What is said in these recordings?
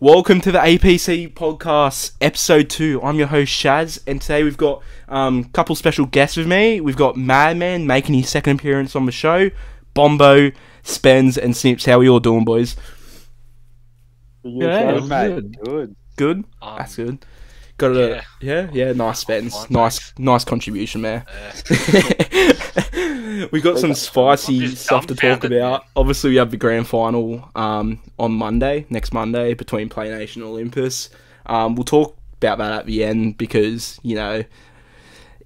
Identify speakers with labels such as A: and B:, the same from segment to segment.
A: Welcome to the APC podcast, episode two. I'm your host Shaz, and today we've got um, a couple special guests with me. We've got Madman making his second appearance on the show, Bombo, Spens, and Snips. How are you all doing, boys? Yeah,
B: Good, mate.
C: good.
B: Good.
A: Good.
C: Um,
A: That's good. Got a yeah, yeah. nice Spens.
C: fine,
A: nice, nice contribution there.
C: uh,
A: We've got some spicy
C: I'm just
A: stuff to talk
C: dumbfounded.
A: about. Obviously, we have the grand final um, on Monday, next Monday, between Play Nation and Olympus. Um, we'll talk about that at the end because, you know,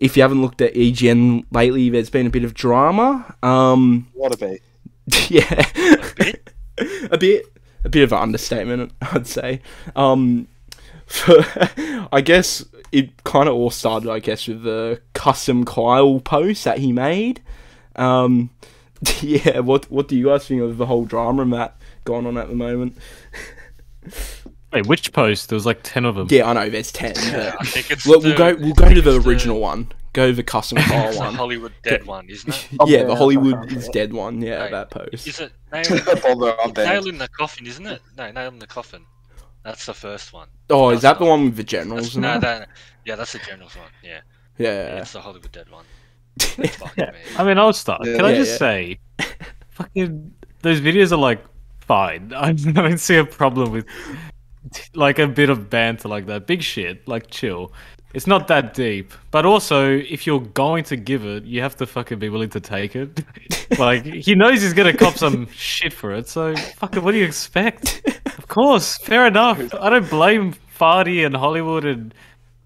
A: if you haven't looked at EGN lately, there's been a bit of drama. Um,
B: What a beat.
A: yeah.
C: a bit.
A: a bit a bit of an understatement i'd say um for, i guess it kind of all started i guess with the custom kyle post that he made um yeah what what do you guys think of the whole drama and that going on at the moment
D: Wait, which post? There was like ten of them.
A: yeah i know there's 10
C: I
A: but
C: think it's
A: we'll,
C: the,
A: we'll go we'll
C: I
A: go
C: think
A: to the
C: it's
A: original one go the custom kyle
C: It's the
A: one
C: Hollywood dead one, isn't it?
A: yeah
B: Okay,
A: the
B: I
A: hollywood
B: found
A: is
B: it.
A: dead one yeah
C: Right.
A: that post
C: Is it nail,
B: Bomber, I'm
C: nail
B: banned.
C: in the coffin? Isn't it? No, nail in the coffin. That's the first one.
A: oh is that
C: that's
A: the
C: not-
A: one with the
C: That's,
A: generals and
C: no,
A: that?
C: that, yeah, that's the general's one. Yeah,
A: yeah
C: it's the Hollywood dead one. That's fucking me.
D: I mean, I'll start.
B: Yeah.
D: Can I
A: Yeah,
D: just
A: yeah.
D: say, fucking those videos are like fine. I don't see a problem with like a bit of banter like that. Big shit, like chill. It's not that deep. But also, if you're going to give it, you have to fucking be willing to take it. like he knows he's gonna cop some shit for it. So fucking, what do you expect? Of course, fair enough. I don't blame Fardy and Hollywood and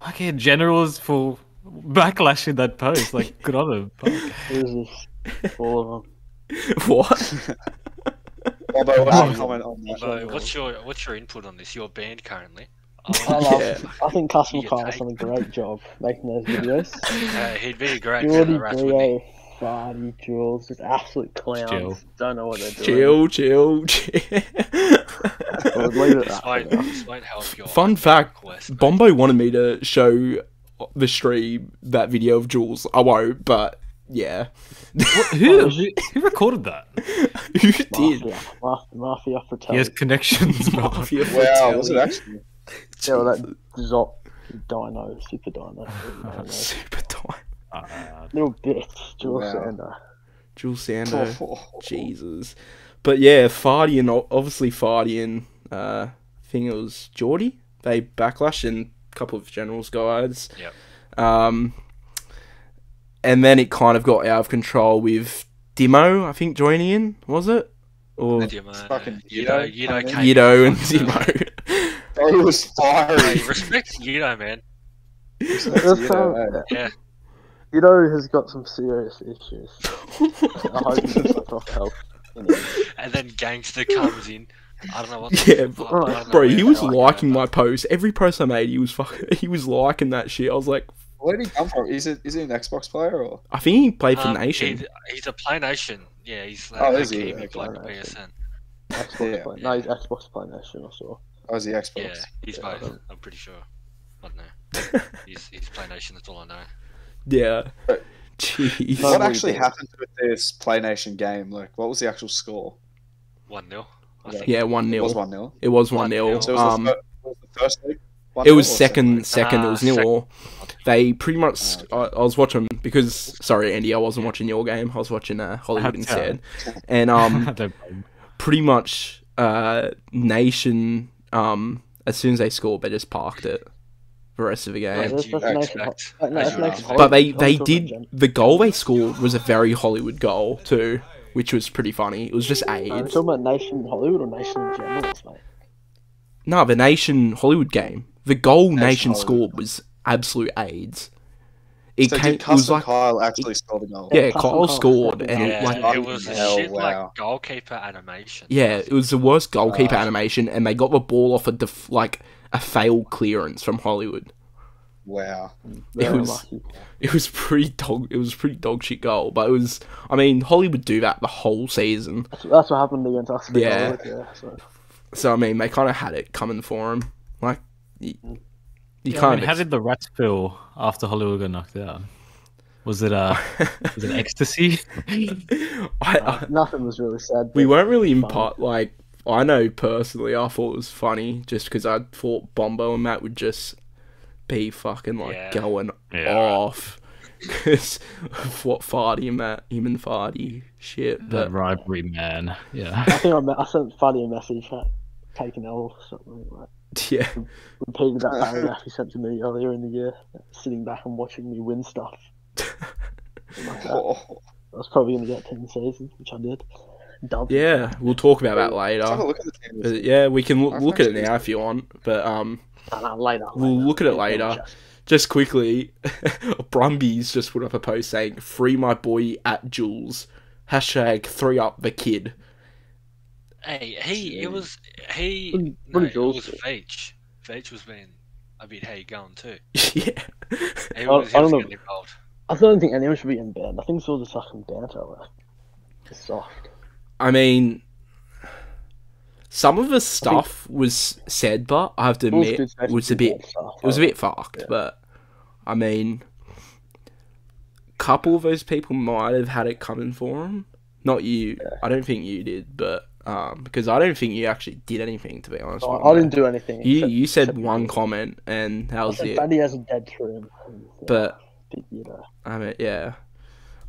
D: fucking generals for backlashing that post. Like, good on them. Fuck.
B: All of them.
A: what
B: Although,
A: Oh,
B: what's your comment on that?
C: So, what's your what's your input on this? You're banned currently.
E: I
C: Oh,
E: love.
A: Yeah.
E: I think Custom
C: Yeah,
E: Kyle has
C: take-
E: done a great job making those videos.
C: uh, he'd be a great
E: Jordy
C: general, wouldn't
E: Brio, Farty Jules, just absolute clowns.
D: Chill.
E: Don't know what they're doing.
A: chill, chill, chill.
E: We'll leave
C: he?
E: it
C: This
E: at
C: won't,
E: that.
C: this won't help your
A: Fun fact:
C: quest. mate.
A: Bombo wanted me to show the stream that video of Jules. I won't, but yeah,
D: Who? Who recorded that?
A: you did.
E: Mafia, Ma- Mafia Fratelli.
D: He has connections, bro.
A: Mafia
B: Wow,
A: Fratelli.
B: was it actually?
E: Yeah, well, that Zop Dino, Super Dino, Dino.
A: Super time.
E: little bitch, Jules uh,
B: Wow.
E: Sander.
A: Jules Sando. Jesus. But yeah, Fardy and obviously Fardy and uh, I think it was Geordie. They backlash and a couple of generals guides.
C: Yep.
A: Um, and then it kind of got out of control with Dimo, I think, joining in, was it? Or
C: Your man,
B: fucking
C: uh, Yido,
B: Yido
C: Yido,
B: coming in.
C: came
A: Yido and
C: fucked up.
A: Dimo.
B: Bro, he was
C: Hey,
B: fiery.
C: respect Yido, man.
E: That's how-
B: Yeah,
C: Yeah.
E: You know, has got some serious issues. I hope he gets off help.
C: And then Gangster comes in. I don't know what.
A: Yeah,
C: I don't know
A: Bro,
C: where
A: he
C: that
A: was
C: came
A: liking
C: from.
A: my post. Every post I made, he was fucking, he was liking that shit. I was like,
B: Where did he come from? Is it is he an Xbox player or?
A: I think he played for
C: Um,
A: Nation.
C: He's, he's a Play Nation. Yeah, he's like,
B: Oh,
C: like
B: is he?
C: gaming,
B: Okay,
C: like
E: Play
C: PSN.
E: Xbox
B: Yeah.
E: Play. No, he's Xbox Play Nation or so.
B: Oh, is he Xbox?
C: Yeah, he's
E: Yeah.
C: both. I'm pretty sure. I don't know. He's he's Play Nation. That's all I know.
A: Yeah.
B: But-
A: Jeez.
B: What
E: No,
B: actually
E: we-
B: happened with this Play Nation game? Like, what was the actual score?
C: One 0 I
B: Yeah.
C: think.
A: Yeah, one
B: It was
A: 0
B: one 0
A: It was one
C: 1-0.
A: 0
B: So it was,
A: Um,
B: the, fir- it was the first league.
A: it was
B: 1-0 or
A: second, second. It was
C: Ah,
A: nil
C: sec-
A: all. They pretty much.
B: Ah,
A: I, I was watching because sorry, Andy, I wasn't watching your game. I was watching uh, Hollywood
D: That's all right.
A: instead, and um,
D: I don't blame.
A: pretty much uh, Nation, um, as soon as they scored, they just parked it the rest of the game.
E: that's- that's nice.
C: expect-
E: That-
C: as
E: that's
C: you
E: nice.
C: would
A: But they,
E: Hollywood-
A: they
E: Hollywood
A: did.
E: gen-
A: The goal they scored was a very Hollywood goal, too, which was pretty funny. It was just
E: No, I'm
A: AIDS.
E: talking about Nation Hollywood or Nation in general, mate.
A: No, the Nation Hollywood game. The goal Nation
B: Hollywood.
A: scored was absolute AIDS. It
B: So
A: came.
B: did
A: It was
B: Custom
A: like
B: Kyle actually score the goal?
A: yeah,
E: Custom
A: Kyle
E: Kyle
A: scored,
E: scored.
A: and
C: Yeah,
A: it, like
C: it was
E: oh,
C: a
B: Hell,
C: shit
B: wow.
C: like goalkeeper animation.
A: Yeah, it was the worst goalkeeper
B: Uh,
A: animation, and they got the ball off a def- like a failed clearance from Hollywood.
B: Wow.
A: It
E: Very
A: was
E: lucky.
A: it was pretty dog it was pretty dog shit goal, but it was I mean Hollywood do that the whole season,
E: That's, that's what happened against us.
A: Yeah.
E: Hollywood, yeah so.
A: so I mean they kind of had it coming for him. Like you, you
D: Yeah, I
A: kind of
D: mean, how did the rats feel after Hollywood got knocked out? Was it uh was it ecstasy?
A: I, I,
E: Nothing was really sad.
A: we
E: but
A: weren't really in
E: fun.
A: part like I know personally, I thought it was funny just because I thought Bombo and Matt would just be fucking like
C: Yeah.
A: going
D: Yeah.
A: off because of what Farty and Matt, him and Farty shit. But
D: That rivalry man. Yeah.
E: I think I, me- I sent Faddy a message like, taking L or something like that.
A: yeah,
E: Repeated that paragraph he sent to me earlier in the year, sitting back and watching me win stuff.
B: Oh,
E: I was probably going to get 10 seasons, which I did. Dubbed.
A: yeah, we'll talk about that
B: let's have a
A: later.
B: look at the team.
A: But yeah, we can look,
B: I've
A: look at it
B: actually-
A: now if you want. But um,
E: No, no, later, later.
A: We'll look at it later. just quickly, Brumbies just put up a post saying "Free my boy at Jules." Hashtag three up the kid.
C: Hey, he it was
E: What
C: he
E: did- what
C: no,
E: did
C: it
E: yours
C: was
E: do?
C: Veach. Veach was being I mean how you going too.
A: yeah.
C: He
E: don't-
C: was,
E: I
C: he was
E: don't know.
C: getting involved.
E: I don't think anyone should be in band. I think it's all just fucking banter. Like. It's soft.
A: I mean, some of the stuff was said, but I have to
E: All
A: admit,
E: good stuff
A: was
E: is
A: a bit,
E: good stuff,
A: it was a
E: like.
A: bit fucked. But I mean, couple of those people might have had it coming for them. Not you. I don't think you did, but um, because I don't think you actually did anything to be honest.
E: I,
A: with
E: I
A: you.
E: didn't do anything.
A: You
E: except-
A: you said
E: except-
A: one comment, and that
E: I
A: was
E: said
A: it.
E: Faddy has a dead trim. and, yeah,
A: But
E: you know.
A: I mean, yeah,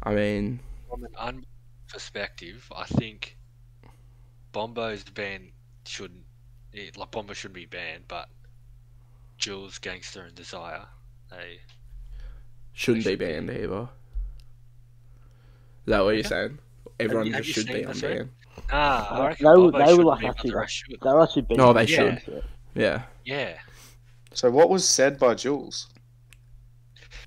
A: I mean,
C: From an un perspective, I think Bombo's ban shouldn't it, like Bombo shouldn't be banned, but Jules, Gangster and Desire, they
A: shouldn't be
C: should be.
A: banned either. Is that what you're
C: Yeah.
A: saying? Everyone
C: have
A: just
C: you
A: should be
C: seen
A: on
C: this, eh?
A: ban.
C: Ah,
E: Uh,
C: I reckon
E: they were-
C: Bombo
E: they were
C: shouldn't be,
E: like
C: but
E: actually
C: the
E: like-
C: rest should.
E: They're actually beating
A: No, they
E: the
A: should.
E: shit.
A: Yeah.
C: Yeah.
B: So what was said by Jules?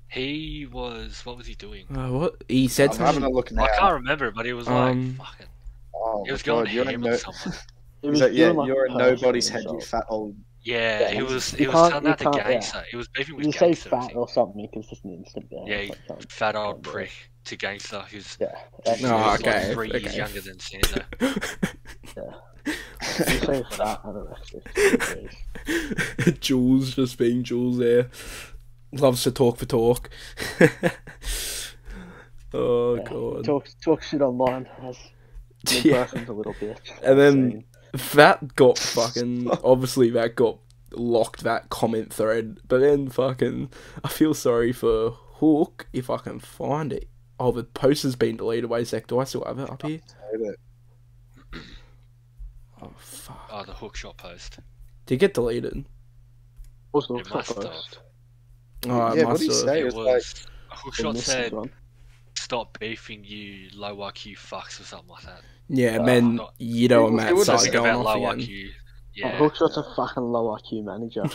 C: He was what was he doing?
A: Uh, what he said
B: I'm having a
A: something.
B: look now.
C: I can't remember, but he was like
A: Um,
C: fucking
B: Oh,
C: he
B: my
C: was
B: God,
C: going
B: you're
C: ham
B: in
C: on
B: no-
C: someone.
E: It
B: He's like, yeah,
E: doing, like,
B: you're in
E: personal
B: nobody's head, you
E: insult.
B: fat old.
C: Yeah, he
E: Yeah,
C: was
E: you
C: he was
E: can't-
C: telling
E: you
C: that to
E: can't, yeah.
C: gangster. He was beefing with
E: You say
C: gangster. I
E: fat
C: think.
E: or something because it's an instant ban.
C: Yeah,
E: It's
C: you-
E: like something.
C: fat old
E: Yeah.
C: prick to gangster who's
E: Yeah. that's-
A: No,
C: who's
A: okay,
C: like three years
A: okay.
C: younger than Sando.
E: You say fat, I don't know. it's-
A: Jules just being Jules there. Loves to talk for talk. oh god.
E: Talk, talk shit online. As in
A: Yeah.
E: person's a little bitch.
A: And then that got fucking obviously that got locked that comment thread. But then fucking I feel sorry for Hook if I can find it. Oh, the post has been deleted. Wait a sec, do I still have it up here? Oh fuck.
C: Oh, the hook shot post.
A: Did it get deleted?
E: also,
C: It must have.
A: Oh, I
B: Yeah, what do
A: must
B: you
A: have-
B: say? Hey,
C: It
B: it's oh,
C: was. a Hook shot said,
E: One.
C: "Stop beefing, you low IQ fucks," or something like that.
A: Yeah, man,
C: Uh, not-
A: you know
B: People-
A: Matt
B: people
A: started
B: just
C: Something
A: going
C: about
A: off
C: low
A: again.
C: IQ.
E: Yeah.
C: Yeah,
E: Hookshot's a fucking low IQ manager.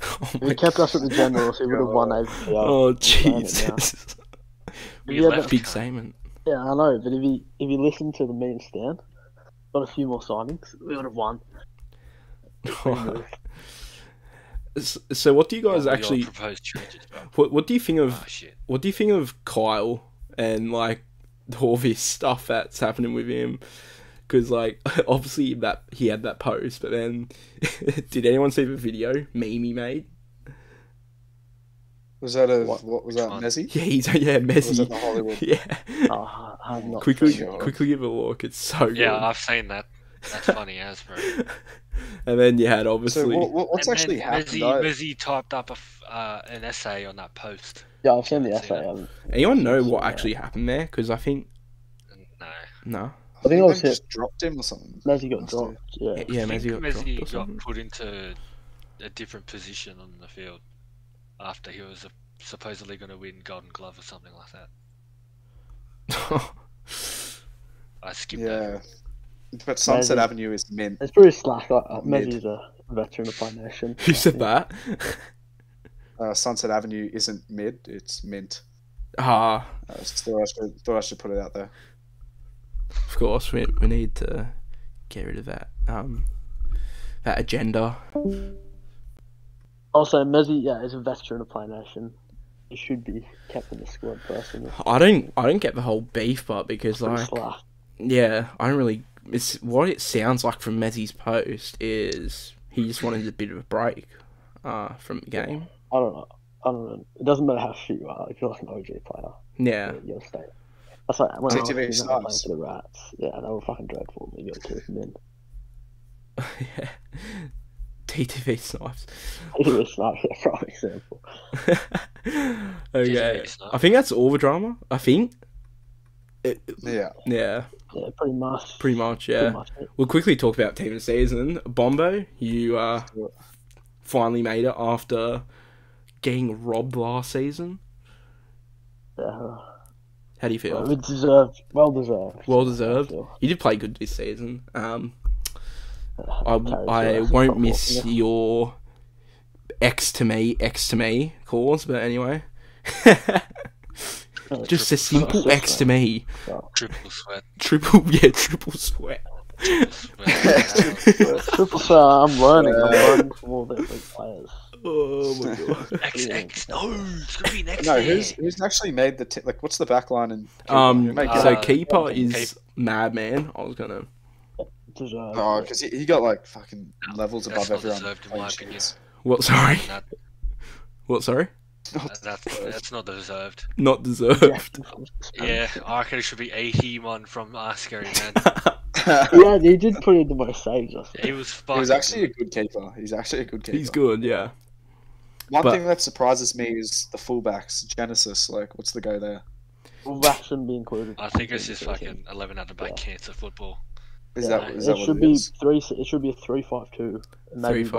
A: Oh,
E: If
A: my
E: he kept us at the generals, he would have won over. the
A: God.
E: other.
A: Oh,
E: saying it
A: Jesus.
C: we
E: Yeah,
C: left
E: but-
A: Big
C: him.
A: Simon.
E: Yeah, I know, but if he if he listened to the meet and stand, got a few more signings, we would have won.
A: S- so what do you guys
C: Your
A: actually
C: proposed changes. bro.
A: what, what do you think
C: Ah,
A: of
C: shit.
A: what do you think of Kyle and like all this stuff that's happening with him? Because like obviously that he had that post, but then did anyone see the video meme he made?
B: Was that a
A: What?
B: what, was that?
C: one?
B: Messi?
A: Yeah, he's yeah
B: Was that the
A: Messi.
B: Hollywood?
A: Yeah,
E: Oh, I'm not.
A: quickly
B: sure.
A: quickly give a look. It's so good.
C: Yeah, I've seen that. That's funny as bro.
A: And then you had
B: So
A: obviously
B: what, what, what's
C: And then
B: actually happened?
C: Mizzy,
B: I-
C: Mizzy typed up a f- uh, an essay on that post.
E: Yeah, I've seen the
C: I've seen it.
E: essay. um,
A: anyone know what actually happened there? Because I think
C: No,
A: no.
E: I think I was
B: they
E: hit.
B: just dropped him or something.
E: Messi got
B: Must
E: dropped. Yeah.
A: Yeah,
C: I think
A: Messi got dropped or
C: Messi got
A: something.
C: put into a different position on the field after he was supposedly going to win Golden Glove or something like that. I skipped that.
B: Yeah. But Sunset
E: Messi.
B: Avenue is mint.
E: It's pretty slack. Like, uh,
B: Mid.
E: Messi's a veteran of my nation.
A: Who said that?
B: Uh, Sunset Avenue isn't mid, it's mint.
A: Ah,
B: I just thought I should, thought I should put it out there.
A: of course we we need to get rid of that um that agenda.
E: Also, Messi, yeah, is a veteran of Play Nation. He should be kept in the squad personally.
A: I don't I don't get the whole beef part because
E: Pretty
A: like
E: slack.
A: yeah I don't really it's what it sounds like from Mezzi's post is he just wanted a bit of a break uh from the game.
E: I don't know. I don't know. It doesn't matter how shit you are. If you're like an OG player,
A: Yeah,
E: you'll stay. That's like when I was
B: TTV
E: in that playing
B: sucks.
E: for the Rats. Yeah, they were fucking dreadful. They got to keep them in.
A: yeah. DTV snipes.
E: English not a prime example.
A: okay. I think that's all the drama. I think. It,
B: Yeah.
A: yeah,
E: Yeah, pretty much.
A: pretty much.
E: Pretty
A: Yeah,
E: much it.
A: we'll quickly talk about team of the season. Bombo, you uh, finally made it after getting robbed last season.
E: Yeah.
A: How do you feel?
E: Uh, Well, it's deserved. Well deserved.
A: Well deserved.
E: Sure.
A: You did play good this season. Um, I,
E: I'm tired,
A: I
E: yeah.
A: won't miss
E: Yeah.
A: your X to me, X to me calls, but anyway. Just a simple X to me.
C: Triple sweat.
A: Triple, yeah, triple sweat.
C: sweat.
E: Triple sir, I'm learning. I'm learning from all the big players.
A: Oh my god.
C: X, X, no, it's gonna be next
B: No,
C: year.
B: who's who's actually made the t- like? What's the back line and
A: Um,
B: Make
C: it-
A: so
C: Uh,
A: keeper is madman. I was gonna.
E: Deserved.
B: oh, because he, he got like fucking levels above
C: That's not
B: everyone.
C: deserved, in my
B: Holy
C: opinion.
B: shit.
A: What? Sorry.
C: That,
A: What? Sorry.
C: that- that's, that's not deserved.
A: Not deserved.
B: Um,
C: Yeah, I reckon it should be 81 from Oscar, man.
E: yeah, he did put in the most saves. I think.
C: He was fucking.
B: he was actually a good keeper. He's actually a good keeper.
A: He's good. Yeah.
B: One
A: but-
B: thing that surprises me is the fullbacks. Genesis, like, what's the go there?
E: Well, that shouldn't be included.
C: I think it's just fucking 11 out of by cancer football.
B: Is
E: Yeah,
B: that is
E: it
B: that
E: should
B: what it
E: be
B: is?
E: three. It should be a three-five-two. and maybe
A: 3-5-2,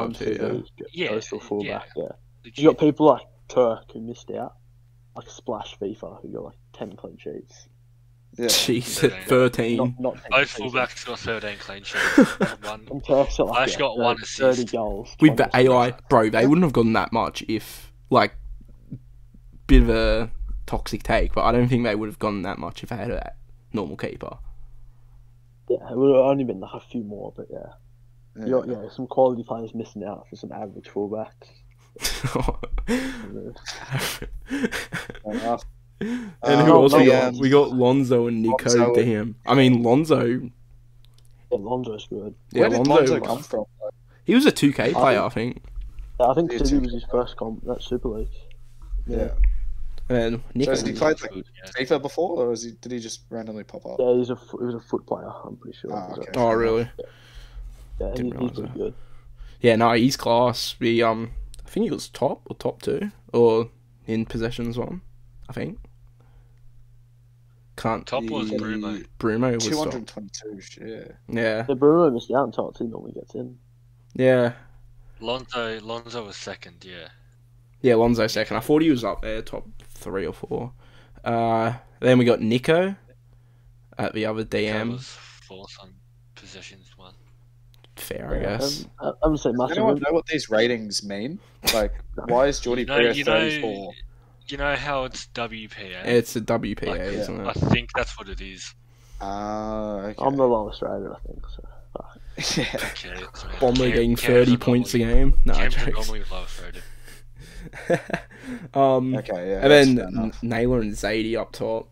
E: one
C: yeah.
E: Postal
C: Yeah,
E: fullback. Yeah.
C: Did
E: You got people like Turk who missed out, like Splash FIFA who got like ten clean sheets.
B: Yeah.
A: Jesus.
C: Yeah.
A: Thirteen.
E: Not not 10
C: Both
E: clean sheets.
C: fullbacks got 13 clean sheets. One.
E: And Turk's got like
C: Flash
E: yeah,
C: got one
E: 30
C: assist.
E: Thirty goals.
A: With the
E: 20
A: AI, bro, they wouldn't have gotten that much if like bit of a toxic take, but I don't think they would have gotten that much if they had a normal keeper.
E: Yeah, it would have only been like a few more, but yeah.
B: Yeah.
E: You got, yeah, some quality players missing out for some average fullbacks.
B: Fair enough.
A: and
B: Uh,
A: who else we
B: Lonzo,
A: got?
B: um,
A: We got Lonzo and Nico.
B: Lonzo.
A: Damn. I mean Lonzo.
E: Yeah, Lonzo's good.
A: Yeah,
B: Where did
A: Lonzo.
B: Lonzo
A: was-
B: come from?
A: He was a two K player, I think.
E: Yeah, I think
B: Yeah,
E: City
B: too.
E: was his first comp at Super League.
B: Yeah.
A: And Nico.
B: Does he play like
C: Yeah.
B: FIFA before, or is he, did he just randomly pop up?
E: Yeah, he's a fo- he was a foot player. I'm pretty sure.
B: Ah,
E: He's a-
B: okay.
A: Oh really?
E: Yeah, he,
A: Didn't
E: he's
A: realise
E: pretty
A: that.
E: good.
A: Yeah, no, he's class. We um, I think he was top or top two or in possessions one. I think. Can't
C: Top was
A: be-
C: Bruno.
A: Bruno was
B: Two
A: top.
B: hundred twenty-two. Yeah.
A: Yeah,
E: The Bruno missed out until he normally gets in.
A: yeah,
C: Lonzo, Lonzo was second, yeah.
A: yeah. Lonzo second. I thought he was up there, top three or four. Uh, then we got Nico at the other
C: That
A: DM.
C: was fourth on possessions one.
A: Fair, I guess.
E: Um, I, I haven't seen
B: Does
E: much
B: anyone
E: of him.
B: know what these ratings mean? Like, why is Geordie
C: No,
B: Prio
C: you know-
B: thirty-four?
C: You know how it's WPA?
A: it's uh, a WPA,
C: Like,
A: isn't
C: I
A: it?
C: think that's what it is.
B: Ah, okay.
E: I'm the lowest rated, I think. So.
B: yeah.
C: Okay, it's not-
A: Bomber
C: Cam-
A: getting
C: Cam's
A: thirty
C: not
A: points a
C: normally-
A: game. No,
C: Cam's not
A: jokes.
C: normally lowest rated.
A: um,
B: Okay. Yeah.
A: and
B: that's
A: then
B: fair enough.
A: N- Naylor and Zadie up top.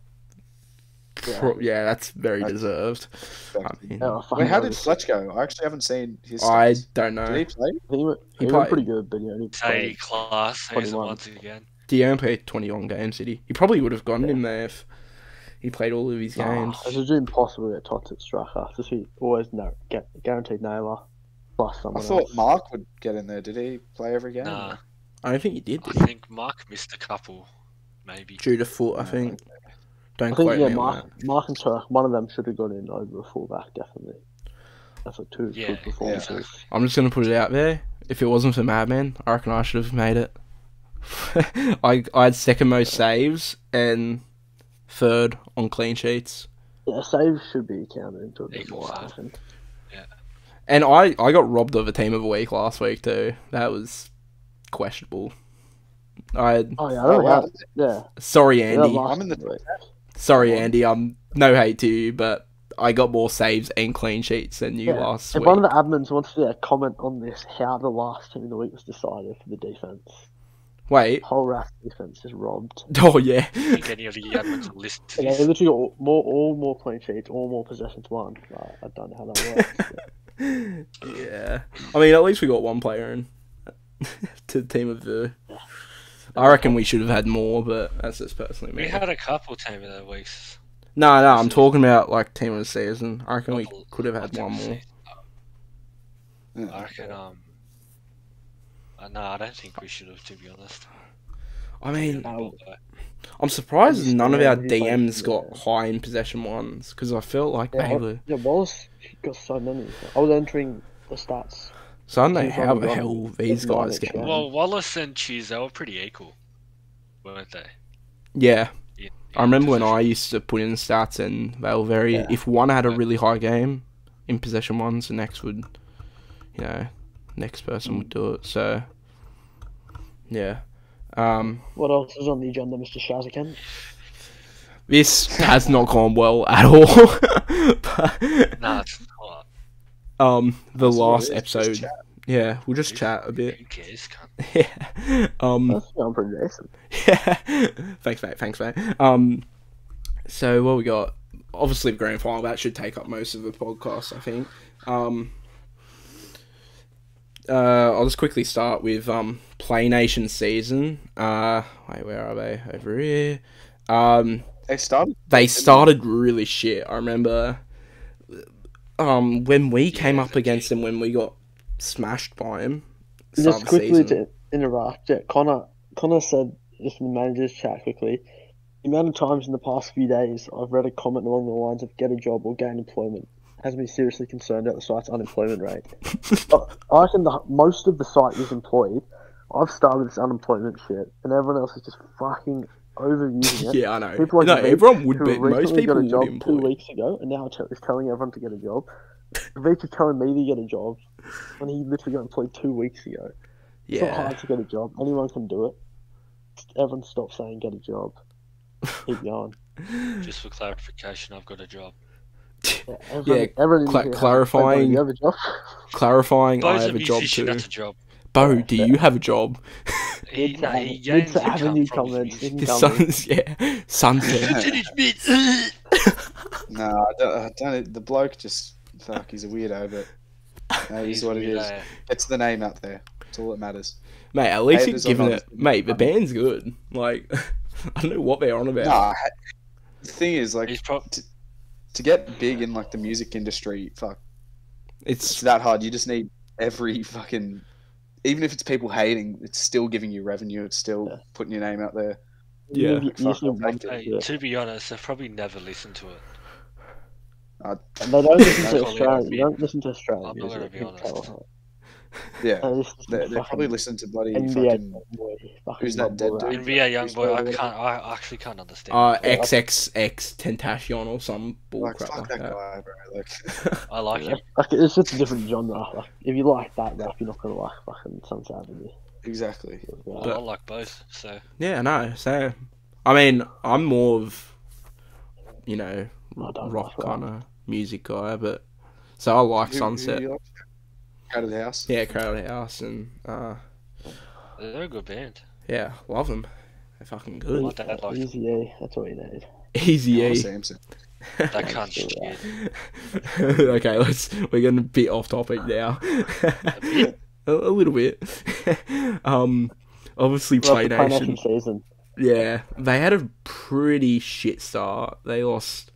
E: Yeah.
A: Pro- yeah, that's very
B: That's-
A: deserved. I,
B: Exactly.
A: mean,
E: Yeah, I fucking
B: Wait, how did
E: noticed.
B: Fletch go? I actually haven't seen his.
A: I
B: stats.
A: don't
B: Did he
A: know.
B: play?
E: He, went,
A: He
E: he,
A: played-
E: went pretty good, but he only
C: Sadie
E: played.
C: class, there's it
E: 21.
C: once again.
A: He only played 21 games, did he? He probably would have gone in there if he played all of his games.
E: Oh, it's just impossible to get Tots at striker. Just he always no, get, guaranteed Naylor plus
B: I
E: someone
B: thought
E: else.
B: Mark would get in there. Did he play every game?
C: Nah,
A: I don't think he did,
C: I
A: did he?
C: think Mark missed a couple, maybe.
A: Due to foot, I think. Don't
E: I think
A: quote
E: yeah,
A: me on
E: Mark, Mark and Turk, one of them should have gone in over a fullback, definitely. That's like two
C: Yeah,
E: good performances.
C: exactly.
A: that. I'm just going to put it out there. If it wasn't for Madman, I reckon I should have made it. I, I had second most saves and third on clean sheets.
E: Yeah, saves should be counted into a bit
C: Equal
E: more. I
C: five.
E: think.
A: And I, I got robbed of a team of the week last week, too. That was questionable. I had,
E: Oh yeah, I
B: Oh,
E: don't
B: wow.
E: like- yeah.
A: sorry,
E: yeah,
A: Andy.
E: last
B: I'm in the-
E: week.
A: Sorry, Andy. Um, no hate to you, but I got more saves and clean sheets than you
E: Yeah.
A: last
E: If
A: week.
E: one of the admins wants to yeah, comment on this, how the last team of the week was decided for the defense.
A: Wait.
E: Whole Raft defense is robbed.
A: Oh yeah.
C: I think any of the admins will listen to
E: Yeah, they
C: this.
E: literally got all- more, all more clean sheets, all more possessions won. Like, I don't know how that works.
A: yeah. I mean, at least we got one player in to the team of the. I reckon we should have had more, but that's just personally me.
C: We had a couple team of the weeks.
A: No, no, I'm talking about like team of the season. I reckon we could have had
C: Not
A: one
C: the
A: more.
C: season. I reckon. Um, uh, no, I don't think we should have. To be honest,
A: I mean,
E: No.
C: Bombo.
A: I'm surprised
E: He's
A: none of our
E: dead, he's like-
A: DMs got high in possession ones because I felt like
E: Yeah,
A: they
E: I-
A: were.
E: yeah, Wallace got so many. I was entering the stats.
A: So I don't know
E: he's
A: how the
E: probably
A: hell
E: got-
A: these
E: got mine
A: guys
E: at
A: get.
E: Um,
C: well, Wallace and Cheese, they were pretty equal, weren't they?
A: Yeah,
C: In-
A: I
C: in
A: remember when I
C: position.
A: used to put in stats and they were very. If one had a really high game in possession ones, the next would, you know, next person would do it. So, yeah. Um,
E: What else is on the agenda, Mr. Shazakin?
A: this has not gone well at all. but,
C: Nah, it's not.
A: um, the
B: That's what it
A: last
B: is, just
A: episode.
B: chat.
A: Yeah, we'll just chat a bit.
C: Who cares? Cunt?
A: Yeah. Um.
E: That's sound pretty decent.
A: Yeah. thanks, mate. Thanks, mate. Um, so what we got? Obviously, the grand final that should take up most of the podcast, I think. Um, uh, I'll just quickly start with um, Play Nation season. Uh, wait, where are they? Over here. Um,
B: They started.
A: they started really shit. I remember um, when we came up against them when we got smashed by him. start
E: Just
A: of the
E: quickly
A: season.
E: to interact, yeah, Connor, Connor said, just in the manager's chat quickly, the amount of times in the past few days I've read a comment along the lines of get a job or gain employment has me seriously concerned at the site's unemployment rate. I- I reckon the, most of the site is employed. I've started this unemployment shit, and everyone else is just fucking overusing it.
A: yeah, I know.
E: People like
A: no,
E: me
A: everyone would
E: who
A: be. Most
E: recently
A: people
E: got a
A: would
E: job
A: be
E: two
A: employed.
E: weeks ago, and now is telling everyone to get a job. Vika's telling me to get a job when he literally got employed two weeks ago. It's not
A: Yeah.
E: hard to get a job. Anyone can do it. Just Everyone stop saying get a job. Keep going.
C: Just for clarification, I've got a job.
E: Yeah, everyone,
A: Yeah,
E: everyone
A: cla-
E: in here has-
A: clarifying-
E: You have a job.
A: Clarifying,
C: Bo's
A: I have a job
C: musician,
A: too.
C: That's a job.
A: Bo, do you have a job?
C: He,
E: Good
C: no,
E: to
C: he
E: have-
C: gains
E: good to have a
C: income from
E: new
C: his
E: comment.
C: music.
E: Didn't
A: His
E: tell me.
A: son's yeah, sunset.
B: No, I don't, I don't. The bloke just fuck. He's a weirdo, but uh, he's what it is.
C: Yeah,
B: It's the name out there. It's all that matters.
A: mate, at least you're
B: Haters are
A: giving
B: not-
A: it. Mate, the band's good. Like, I don't know what they're on about.
B: Nah, the thing is, like,
C: He's pro-
B: to get big in like the music industry, fuck, it's
A: it's
B: that hard. You just need every fucking. Even if it's people hating, it's still giving you revenue. It's still
E: Yeah.
B: putting your name out there.
A: Yeah.
E: You need- you
B: Fuck,
E: need
B: I'll take
E: to-
C: hey,
E: yeah.
C: to be honest, I've probably never listened to it.
B: Uh,
E: And They don't listen
C: That's
E: to
C: all they
E: Australian.
C: ask
E: You
C: me.
E: don't listen to Australian.
C: I'm not
E: music,
C: gonna be
E: you can tell.
C: honest.
B: yeah,
E: They listen to
B: they, they probably
E: fucking
B: listen to bloody
E: NBA.
B: fucking
E: boy, fucking
B: Who's that dead
E: Bob
B: dude?
E: Morales.
C: NBA young boy, I
E: Who's that?
C: can't. I actually can't understand.
A: uh, XXX Tentacion or some
B: like
A: bullcrap
B: fuck
A: like
B: that
A: that.
B: guy, bro. Like,
C: I like him.
E: Like, it's just a different genre. Like, if you like that rap, you're not gonna like fucking Sunset Avenue.
B: exactly.
E: Yeah.
C: Well, I like both. So
A: Yeah, no. So, I mean, I'm more of, you know,
E: I don't
A: rock
E: like rock.
A: kind of music guy, but so I like
B: Who- who
A: Sunset.
B: you like? Out of the house.
A: yeah, Crowded House and uh,
C: they're a good band.
A: yeah, love them. They're fucking
C: My
A: good.
C: dad likes
E: Easy A, that's all you need.
A: Easy
B: Yeah,
A: E.
B: Oh, Samson.
C: that kind of shit.
A: okay, let's. We're getting a bit off topic now. a, a little bit. um, obviously,
E: We're
A: Play
E: up to Play Nation
A: Nation.
E: season.
A: Yeah, they had a pretty shit start. They lost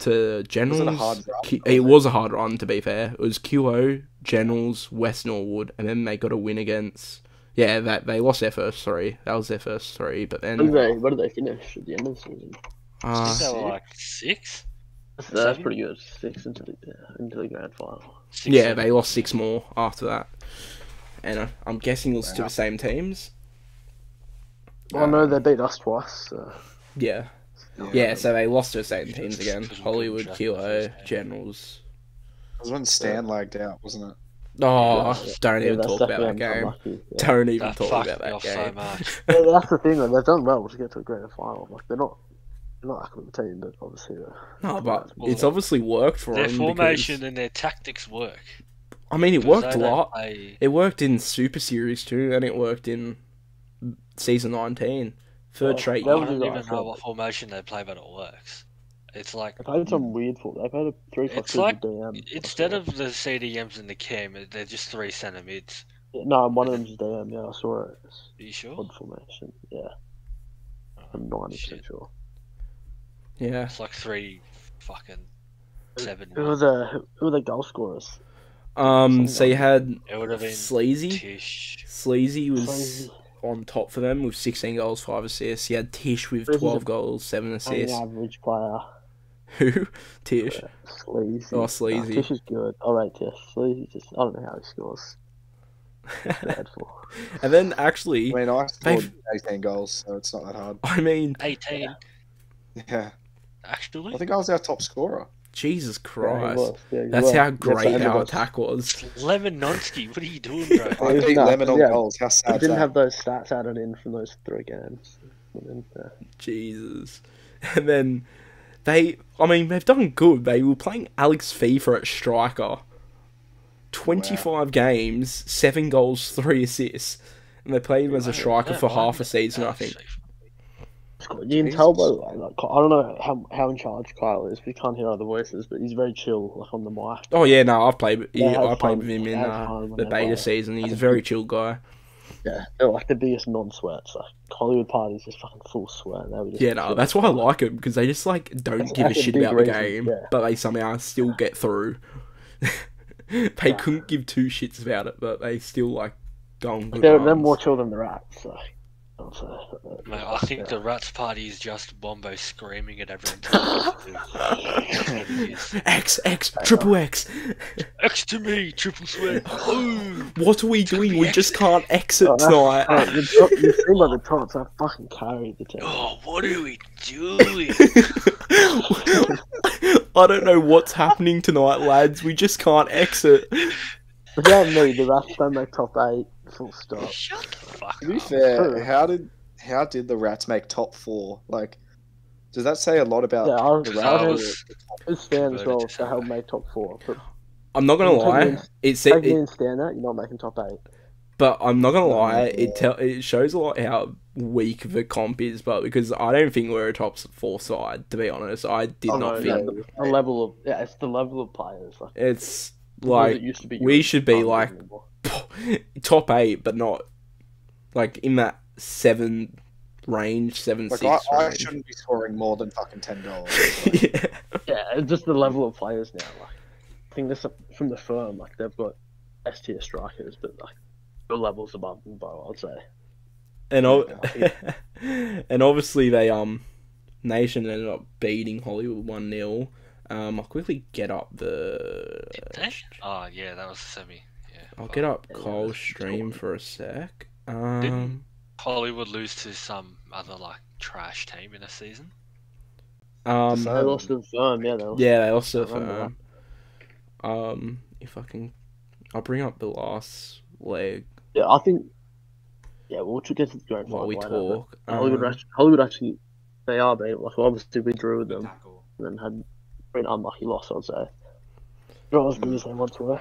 A: to Generals.
B: hard run?
A: Q- it was a hard run, to be fair. It was QO, Generals, West Norwood, and then they got a win against. Yeah, that they lost their first three. That was their first three, but
E: What did
A: then
E: they, what did they finish at the end of the season?
C: I
A: uh,
C: think they were like six.
E: That's,
C: Seven?
E: pretty good. Six into the, uh, into the grand final.
C: six
A: yeah,
C: seven.
A: they lost six more after that, and I, I'm guessing it was to
B: Wow.
A: the same teams.
E: Well, I know they beat us twice. So.
A: Yeah, yeah. So they lost to the same teams again:
C: Because we couldn't
A: Hollywood,
C: track the first
A: QO,
C: game.
A: Generals.
B: It was when Stan lagged out, wasn't it?
A: Oh,
E: Yeah,
A: don't even
E: that's
A: talk about that
E: definitely
A: game.
E: unlucky, yeah.
A: Don't even
C: That
A: talk
C: fucked
A: about
C: me
A: that
C: off Ah, so
A: game.
C: much.
E: Yeah, that's the thing. Though. They've done well to get to a grand final. Like they're not, they're not a good team, but obviously they're
A: No, but
C: Well,
A: it's obviously worked for
C: Their
A: them
C: formation
A: Because,
C: and their tactics work.
A: I mean, it
C: 'Cause
A: worked a
C: they don't
A: lot.
C: play-
A: It worked in Super Series too, and it worked in season 19.
C: Oh,
A: Third
E: Yeah,
A: straight
E: that
A: year.
E: was-
C: I don't
E: a
C: even
E: nice
C: know
E: one.
C: what formation they play, but it works. It's like
E: They played some weird football. They played a three
C: It's
E: five two
C: like-
E: DM.
C: Instead of the CDMs and the cam, they're just three centre mids.
E: no, one of them's DM. Yeah, I saw it. It's
C: Are you sure?
E: odd formation. Yeah, I'm ninety percent
C: Shit.
E: sure.
A: Yeah.
C: It's like three fucking seven.
E: Who were the who were the goal scorers?
A: Um, so you had
C: It would have been
A: Sleazy.
C: Tish.
A: Sleazy was
E: Sleazy.
A: on top for them with 16 goals, 5 assists. You had Tish with
E: This is
A: 12
E: a-
A: goals, 7
E: an
A: assists.
E: average player.
A: Who? Tish.
E: Sleazy.
A: Oh, Sleazy.
E: Nah, Tish is good. All right, Tish. Sleazy just. I don't know how he scores. Dreadful.
A: And then actually,
B: I mean, I scored
A: They've-
B: 18 goals, so it's not that hard.
A: I mean,
C: 18,
B: Yeah.
C: actually.
B: I think I was our top scorer.
A: Jesus
E: Yeah, he
A: Christ.
E: was. Yeah, he
A: That's
E: was.
A: how
E: Yes,
A: great
E: and he
A: our
E: was.
A: attack was.
C: Lemon Nonsky, what are you doing, bro?
B: I
E: It was
B: beat
E: nuts,
B: Lemon on
E: yeah.
B: goals. How sad
E: We
B: is
E: didn't
B: that?
E: have those stats added in from those three games. We didn't, uh,
A: Jesus. And then they, I mean, they've done good. They were playing Alex FIFA at striker. 25 games, 7 goals, 3 assists. And they played him as a striker for half a season, I think.
E: You can
B: Jesus.
E: tell by the way, like, I don't know how, how in charge Kyle is. We can't hear other voices, but he's very chill, like on the mic.
A: Oh yeah, no, I've played. with-
E: Yeah,
A: Yeah,
E: have
A: I played
E: fun.
A: with him in
E: Have
A: uh,
E: fun
A: the
E: whenever.
A: beta season. He's a very chill guy.
E: Yeah, they're like the biggest non-sweats. Like Hollywood parties, just fucking full sweat. They were just
A: Yeah, no, that's why I like him because they just like don't
E: That's-
A: give a
E: that's a
A: shit
E: big
A: about the
E: reason,
A: game,
E: yeah.
A: but they somehow still get through. they couldn't give two shits about it, but they still like go on good.
E: They're, they're
A: runs.
E: more chill than the rats. So. I'll say.
C: Mate, I think the Rats party is just Bombo screaming at everyone. That's what it is.
A: X X triple X.
C: X to me, triple sweat. Oh,
A: What are we doing? We just can't exit
E: Oh, that's-
A: tonight.
E: Oh, the top, you see by the tops, I fucking carried the team.
C: oh, what are we doing?
A: I don't know what's happening tonight, lads. We just can't exit.
E: Without me, the rats don't make top eight. Full stop.
C: Shut the fuck
B: To be
C: up.
B: fair,
E: True.
B: how did how did the Rats make top four? Like, does that say a lot about
E: Yeah, I was,
B: the
C: Because
B: Rats?
C: I
E: I
C: was,
E: was, it's Stan as well, so help make top four. But
A: I'm not gonna
E: Take me
A: lie.
E: in-
A: It's
E: take
A: it,
E: me
A: it,
E: and Stan out, you're not making top eight.
A: But I'm not gonna lie, it tell it shows a lot how weak the comp is, but because I don't think we're a top four side, to be honest. I did
E: Oh,
A: not
E: no,
A: think
E: no, the level of yeah, it's the level of players. Like,
A: it's
E: the ones that
A: like
E: used to be
A: we
E: yours
A: should be
E: aren't
A: like-
E: anymore.
A: top eight, but not like in that seven range, seven
B: Like, I,
A: six
B: I
A: range.
B: shouldn't be scoring more than fucking ten dollars.
A: yeah.
E: yeah, it's just the level of players now. Like, I think this from the firm, like they've got S tier strikers, but like the levels above them, by I'd say.
A: And ob- and obviously they um Nation ended up beating Hollywood one 0 um, I'll quickly get up the.
C: Did they? Oh, yeah, that was semi. Yeah.
A: I'll
C: fuck.
A: get up
E: Yeah,
A: Cole's
E: that's
A: stream for a sec. Um,
C: Hollywood lose to some other, like, trash team in a season.
A: Um,
E: they lost to the firm, yeah. They lost.
A: yeah, they also
E: I remember
A: firm. Um, if I can, I'll bring up the last leg
E: yeah, I think. Yeah, we'll t- get to the grand
A: while
E: final
A: we
E: later,
A: talk.
E: but Hollywood,
A: Um,
E: actually, Hollywood actually, they are beat. Like obviously we drew with them, and then had an unlucky loss. I'd say. They're not as good as they once were.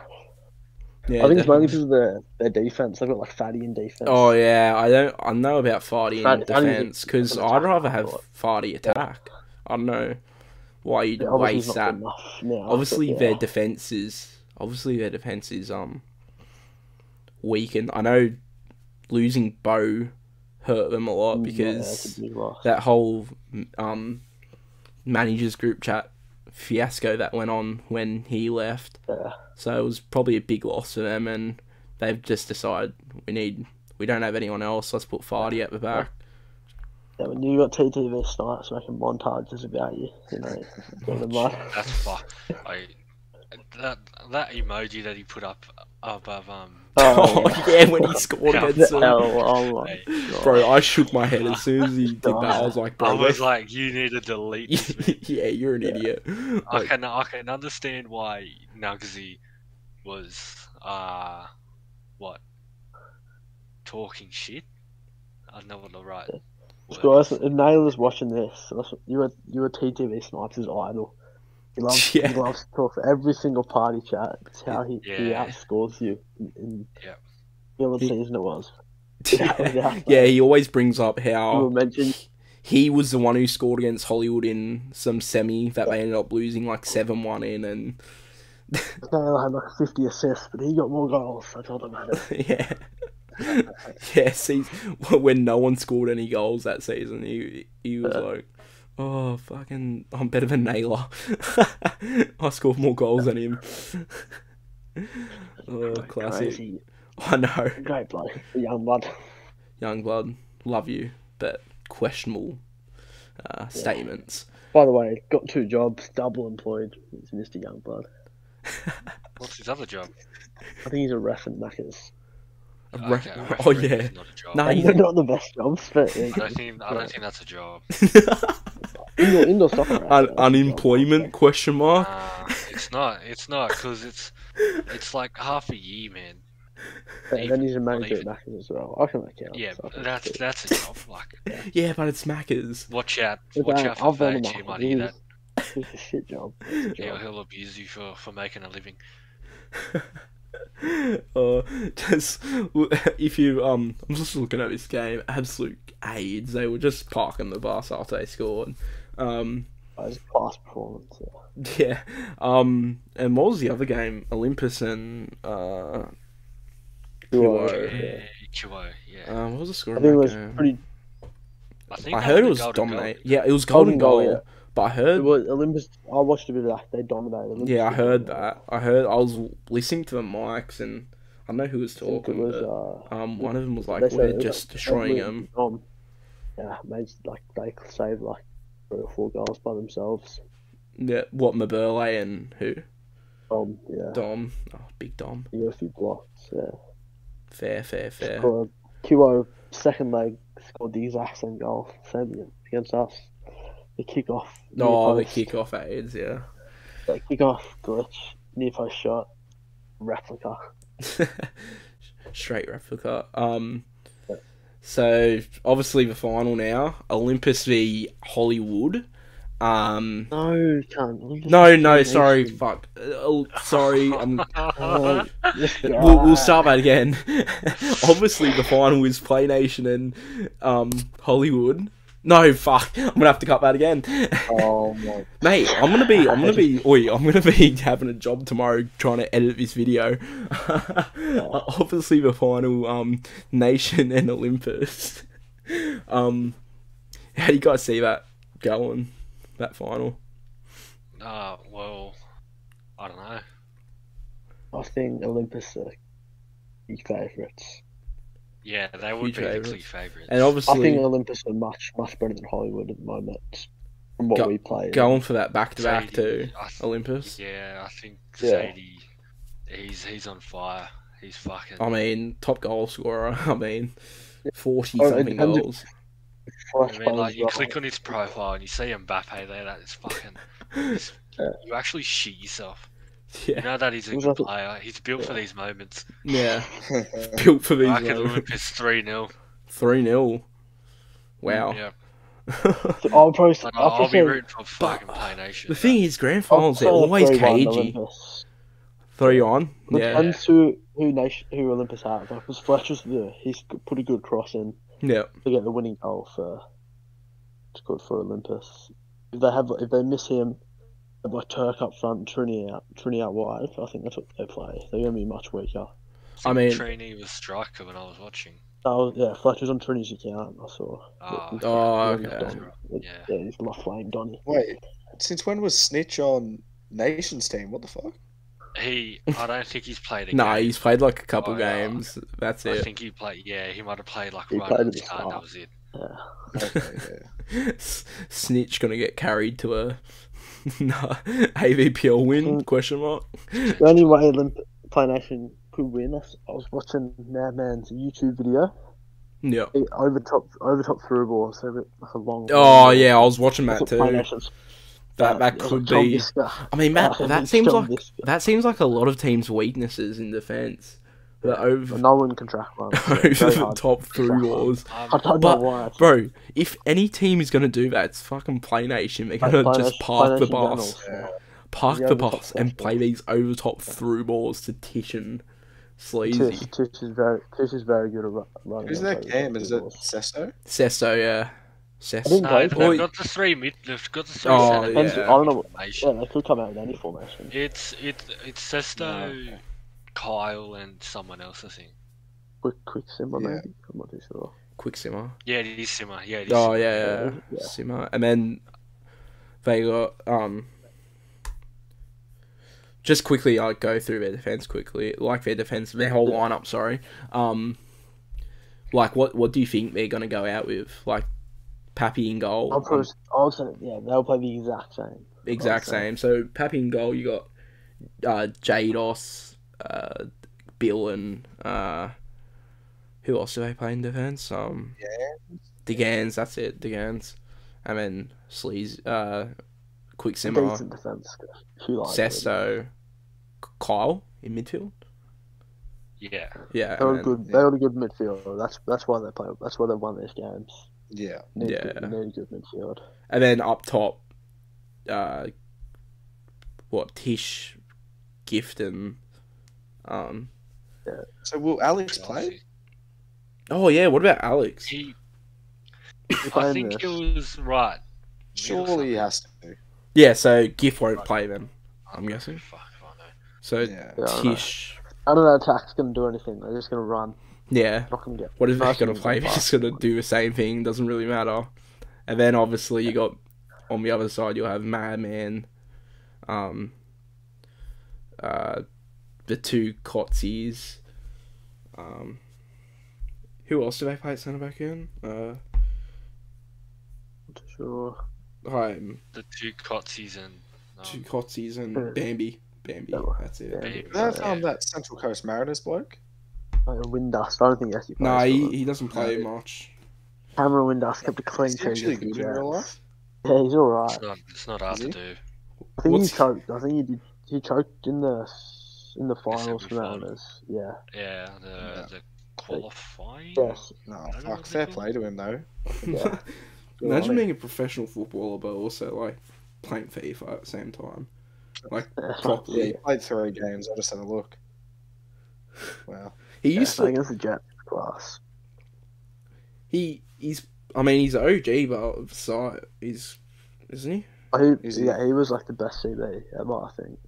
A: Hmm. yeah,
E: I think it's
A: definitely.
E: mainly because of their, their defense. They've got like Fatty in defense.
A: Oh yeah, I don't. I know about Farty in
E: Farty- Farty's a-
A: defense because
E: an
A: I'd
E: attack,
A: rather have
E: but-
A: Farty attack. I don't know why you'd
E: Yeah, obviously
A: waste
E: it's
A: that.
E: not good enough now, but
A: Obviously,
E: yeah.
A: their defense is obviously their defense is um weakened. I know losing Bo hurt them a lot
E: Yeah,
A: because
E: that's a big loss.
A: that whole um, managers group chat fiasco that went on when he left.
E: Yeah.
A: So it was probably a big loss for them, and they've just decided we need we don't have anyone else. Let's put Fardy at the back.
E: Yeah, when you got TTV Snipes making montages about you, you know, doing the mar-
C: That's fuck. I, that, that emoji that he put up above, um,
A: Oh,
E: Oh,
A: yeah, when he scored
C: Yeah.
A: against
E: yeah.
A: them.
E: Hell, oh my
C: Hey.
E: God.
A: Bro, I shook my head as soon as he did that. I was like, bro,
C: I was like, you need to delete this, man.
A: yeah, you're an idiot.
C: I
A: Like,
C: can I can understand why Nugsy was uh what talking shit. I don't know what the right. word
E: Guys,
C: is.
E: if Naylor's watching this, that's- you were you were TTV Snipes' idol. He loves
A: Yeah.
E: he loves to talk for every single party chat. It's how he, he
C: Yeah.
E: outscores you in, in
C: Yeah.
E: the other
A: He-
E: season it was.
A: yeah, yeah, he always brings up how
E: You were mentioned
A: he was the one who scored against Hollywood in some semi that they ended up losing like seven one in, and
E: Naylor had like fifty assists, but he got more goals, so it doesn't matter.
A: yeah, yeah. See, when no one scored any goals that season, he he was like, "Oh, fucking, I'm better than Naylor. I scored more goals than him." Oh, classic.
E: Crazy.
A: I know.
E: Great blood. Young blood.
A: Youngblood, love you, but questionable uh, statements.
E: By the way, got two jobs, double employed. It's Mr. Youngblood.
C: What's his other job?
E: I think he's a ref in Macca's.
A: A
C: Okay,
A: re-
C: I reckon
A: oh
C: it's
A: yeah,
C: not a job.
A: No,
E: And
A: he's-
E: they're not the best jobs, but yeah,
C: I don't think I don't think that's a job.
E: indoor, indoor soccer. ref,
A: Un-
E: that's a
A: unemployment question mark.
C: Nah, Uh, it's not. It's not because it's it's like half a year, man.
E: job. And then he's a
C: Not
E: manager at
C: even.
E: Macca's as well. I can make out.
C: Yeah,
E: so I think
C: that's
E: it's
C: that's a job. Like,
A: Yeah, but it's Macca's.
C: watch out,
E: good.
C: watch
E: Okay,
C: out for
E: uh, I've run him
C: that. You
E: up.
C: might hear that.
E: It's it's a shit job. It's a
C: He'll,
E: job.
C: he'll abuse you for, for making a living.
A: Uh, just if you um, I'm just looking at this game. Absolute AIDS. They were just parking the bus after they scored. Um,
E: It's a class performance. Yeah.
A: Yeah. Um. And what was the other game? Olympus and uh.
E: Duo.
A: Duo.
C: Chua, yeah.
E: Uh,
A: Um. What was the score?
E: I
A: of
E: think it
A: that
E: was
A: game?
E: pretty.
C: I think
A: I
C: that
A: heard it
C: the
A: was
C: golden goal.
A: dominate. Yeah, it was golden,
E: Golden
A: goal.
E: goal,
A: But I heard.
E: It was Olympus. I watched a bit of that. They dominated. Olympus
A: yeah, I
E: did
A: heard
E: dominate.
A: that. I heard. I was listening to the mics, and I don't know who was
E: I think it
A: talking.
E: was.
A: but,
E: Uh,
A: um. One of them was
E: They
A: like,
E: said it
A: "We're
E: was
A: just
E: like
A: destroying
E: Edwards
A: them."
E: and Dom. Yeah, made like they saved like three or four goals by themselves.
A: Yeah. What Maburle and who?
E: Um, yeah,
A: Dom. Oh, big Dom.
E: he got a few blocks. Yeah,
A: Fair. Fair. Fair.
E: scored. Kuo second leg scored the exact same goal, same against us. The kick off.
A: No, oh, the kick off AIDS. Yeah.
E: The kick off glitch near post shot replica.
A: straight replica. Um, so obviously the final now, Olympus v Hollywood. Um,
E: No, can't.
A: no, no, sorry, fuck, Uh, oh, sorry. I'm,
E: Oh,
A: we'll, we'll start that again. obviously the final is Play Nation and um Hollywood. No, fuck, I'm gonna have to cut that again,
E: Oh my
A: mate. I'm gonna be, I'm gonna be, oi, I'm gonna be having a job tomorrow trying to edit this video. obviously the final um nation and olympus um how do you guys see that going that final
C: Uh, well, I don't know.
E: I think Olympus are big favourites.
C: Yeah, they would
A: Huge
C: be the clear
A: favourites.
C: favourites.
A: and
E: I
A: obviously
E: think Olympus are much, much better than Hollywood at the moment from what
A: Go-
E: we play.
A: going for that back to back
C: Sadie,
A: to
C: I th-
A: olympus
C: Yeah, I think
E: Yeah.
C: Sadie, he's he's on fire. He's fucking.
A: i mean top goal scorer i mean 40
E: Oh, it
A: something
E: depends if-
A: goals
C: I mean, like you click on his profile and you see Mbappe there. That is fucking. it's- You actually shit yourself. You
A: yeah
C: know that he's a
E: It was
C: good
E: like a-
C: player. He's built for these moments.
A: yeah built for these
C: I can Olympus three 0
A: 3 0 wow
C: Yeah,
E: I'll probably
C: like, I'll,
E: I'll, probably
C: be
E: say-
C: rooting for fucking Play Nation.
A: the thing is grand
E: I'll
A: finals they're
E: say
A: always
E: 3-1
A: cagey
E: Olympus.
A: three on yeah
E: Depends who who nation who Olympus have. Like, because Fletcher's the he's put a good cross in
A: yeah
E: to get the winning goal for it's good for Olympus. If they have if they miss him, they have like Turk up front, Trini out, Trini out wide. I think that's what they play. They're going to be much weaker.
A: I mean-
C: Trini was striker when I was watching.
E: Oh yeah, Fletcher's on Trinity's account. I saw.
C: Oh,
A: oh
E: yeah,
A: okay
C: Yeah.
E: yeah, he's left flame Donny.
B: Wait, since when was Snitch on Nation's team? What the fuck?
C: he. I don't think he's played a
A: No,
C: game.
A: he's played like a couple
C: Oh, yeah.
A: games. That's
C: I
A: it.
C: think he played. Yeah, he might have played like
E: He
C: right
E: played
C: at
E: at
C: the
E: the
C: start. That
E: start.
C: was
B: Okay,
C: it.
B: yeah.
A: S- Snitch gonna get carried to a no, AVPL win?
E: Mm.
A: Question mark.
E: The only way Olymp- Play Nation could win, I s- I was watching Madman's YouTube video.
A: Yeah.
E: He overtop overtop through ball, so it- like a long.
A: Oh yeah, I was watching
E: That's
A: that
E: what Play
A: too.
E: Nation's-
A: That that
E: yeah,
A: could
E: Tom
A: be.
E: Visca.
A: I mean, that
E: Yeah,
A: that
E: it's
A: seems
E: Tom
A: like
E: Visca.
A: that seems like a lot of teams' weaknesses in defense. The over
E: no one can track one. so
A: over
E: it's very
A: the
E: hard.
A: top through balls.
C: Um,
E: I don't
A: But-
E: know why. it's-
A: Bro, if any team is gonna do that, it's fucking Play Nation. They're
E: like,
A: gonna
E: Play
A: just
E: Nation-
A: park the
E: Play Nation
A: bus,
E: Generals,
A: park
E: Yeah,
A: the
E: overtop
A: bus, and
E: fast
A: play these overtop through balls to Titian,
E: yeah.
A: Sleazy,
E: Tish, Tish is very Tish is very good at ru- running.
B: Who's
E: those
B: that
E: overtop
B: game? Is
E: through
B: it
E: balls.
B: Sesto?
A: Sesto, yeah, Sesto.
E: didn't
C: no,
E: Wait,
C: they've
A: wait.
C: got the three mid. They've got the three
A: Oh, yeah.
C: centre
E: Depends- I
C: midfield
E: don't know.
C: formation.
E: Yeah, they could come out with any formation.
C: It's it it's Sesto, Kyle, and someone else. I think.
E: Quick, quick simmer,
B: Yeah.
E: maybe. I'm not too sure.
A: Quick Simmer.
C: Yeah, it is Simmer. Yeah, it is.
A: Oh
C: Simmer.
A: yeah, yeah,
E: Yeah.
A: Simmer. And then they got um just quickly, I go through their defense quickly. Like their defense, their whole lineup. Sorry. Um, like what what do you think they're gonna go out with? Like Pappy in goal.
E: I'll put, I'll say, yeah, they'll play the exact same.
A: Exact
E: I'll say.
A: same. So Pappy in goal, you got uh, Jados, uh, Bill, and uh, who else do they play in defense? Um, Degans. That's it. Degans, and then Sleaze, uh, Quicksilver,
E: Decent defense. If you like
A: Sesto, Kyle in midfield.
C: Yeah.
A: Yeah,
E: They were
A: and then-
E: good. They were a good midfield. That's that's why they play. That's why they won these games.
B: Yeah.
E: Need
A: Yeah.
E: Good, need good midfield.
A: and then up top, uh, what Tish, Gift, and um.
B: So will Alex play?
C: Chelsea.
A: Oh yeah, what about Alex?
C: He,
E: You're
C: I
E: playing
C: think
E: this.
C: he was right.
B: Surely he has to.
A: Yeah, so Giff won't play them. I'm guessing.
C: Fuck, I know.
A: So
B: Yeah.
E: Yeah, I don't know.
A: Tish.
E: I don't know. Attack's gonna do anything. They're just gonna run.
A: Yeah.
E: Not gonna get.
A: What is that
E: Nice
A: going to
E: move
A: play?
E: on
A: They're just going to do the same thing. Doesn't really matter. And then obviously you got on the other side you'll have Madman, um, uh, the two Cotsies. Um, who else do they play at centre back in? Uh,
E: Sure.
A: I'm
C: The two Cotsies and. Um,
A: um, two Cotsies
E: Hmm.
A: and Bambi. Bambi.
E: Oh,
A: That's it.
E: yeah.
C: Bieber,
B: That
C: yeah.
B: um, that Central Coast Mariners bloke.
E: Like a Windust. I don't think he actually.
A: No,
E: plays for
A: he,
E: them.
A: he doesn't play
B: Yeah.
A: much.
E: Cameron Windust kept a clean
B: He's
E: sheet.
B: actually
E: against the
B: good in real
E: Giants.
B: life.
E: Yeah, he's all right.
C: It's not, it's not hard
B: Is he?
C: to do.
E: I think
A: What's-
E: he choked. I think he did. He choked in the in the finals for
C: semi-final.
E: Mariners. Yeah.
C: Yeah, the,
B: Yeah.
C: the qualifying.
E: Yes.
B: No,
C: I don't
B: fuck.
C: think
B: Fair
C: he-
B: play to him though.
E: Yeah. Good
A: Imagine
E: on
A: being a professional footballer, but also like playing FIFA at the same time. Like
B: Yeah,
A: properly.
B: he played three games. I just had a look. Wow.
A: He
E: Yeah, I
A: used to.
E: think it's a jet class.
A: He he's. I mean, he's OG, but of site he's isn't he?
E: Oh, he,
B: Is he?
E: yeah, he was like the best CB ever. I think.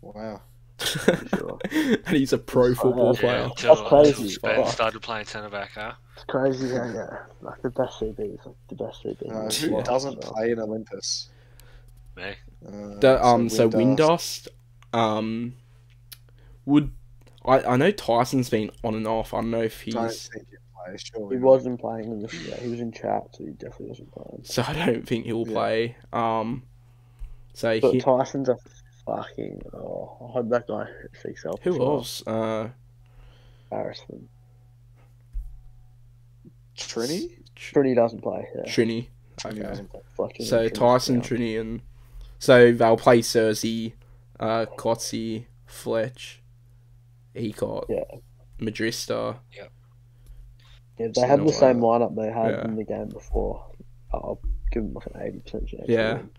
B: Wow.
E: For sure.
A: and he's a pro football
E: Yeah.
A: player.
C: until,
E: That's crazy.
C: until Spain
E: Fuck.
C: started playing centre back, huh?
E: It's crazy. Yeah, yeah. Like the best CB is like the best CB.
B: Uh, who
A: Yeah.
B: doesn't play in Olympus?
C: Me.
B: Uh,
A: The, um, so
B: Windass.
A: Windust, um, would I? I know Tyson's been on and off. I don't know if
B: Don't
A: he's.
B: think he'll play. Surely
E: He
B: not.
E: wasn't playing in this year. He was in chat, so he definitely wasn't playing.
A: So I don't think he'll
B: Yeah.
A: play. Um, so
E: But
A: he,
E: Tyson's a fucking. Oh, I hope that guy hits himself.
A: who
E: as well.
A: else? Uh,
E: Embarrassment.
B: Trini.
A: Tr-
E: Trini doesn't play. Yeah.
A: Trini.
B: Trini
A: Okay.
B: doesn't play.
E: Fucking
A: So
E: Trini's
A: Tyson,
E: down.
A: Trini, and so they'll play Cersei, uh, Kotzi, Fletch, Ecot,
E: Yeah.
A: Madrista.
E: Yeah,
A: Just
E: they have
A: in
E: the
A: a
E: same lineup they had
A: Yeah.
E: in the game before. I'll give them like an eighty percent chance. of
A: Yeah.
E: winning.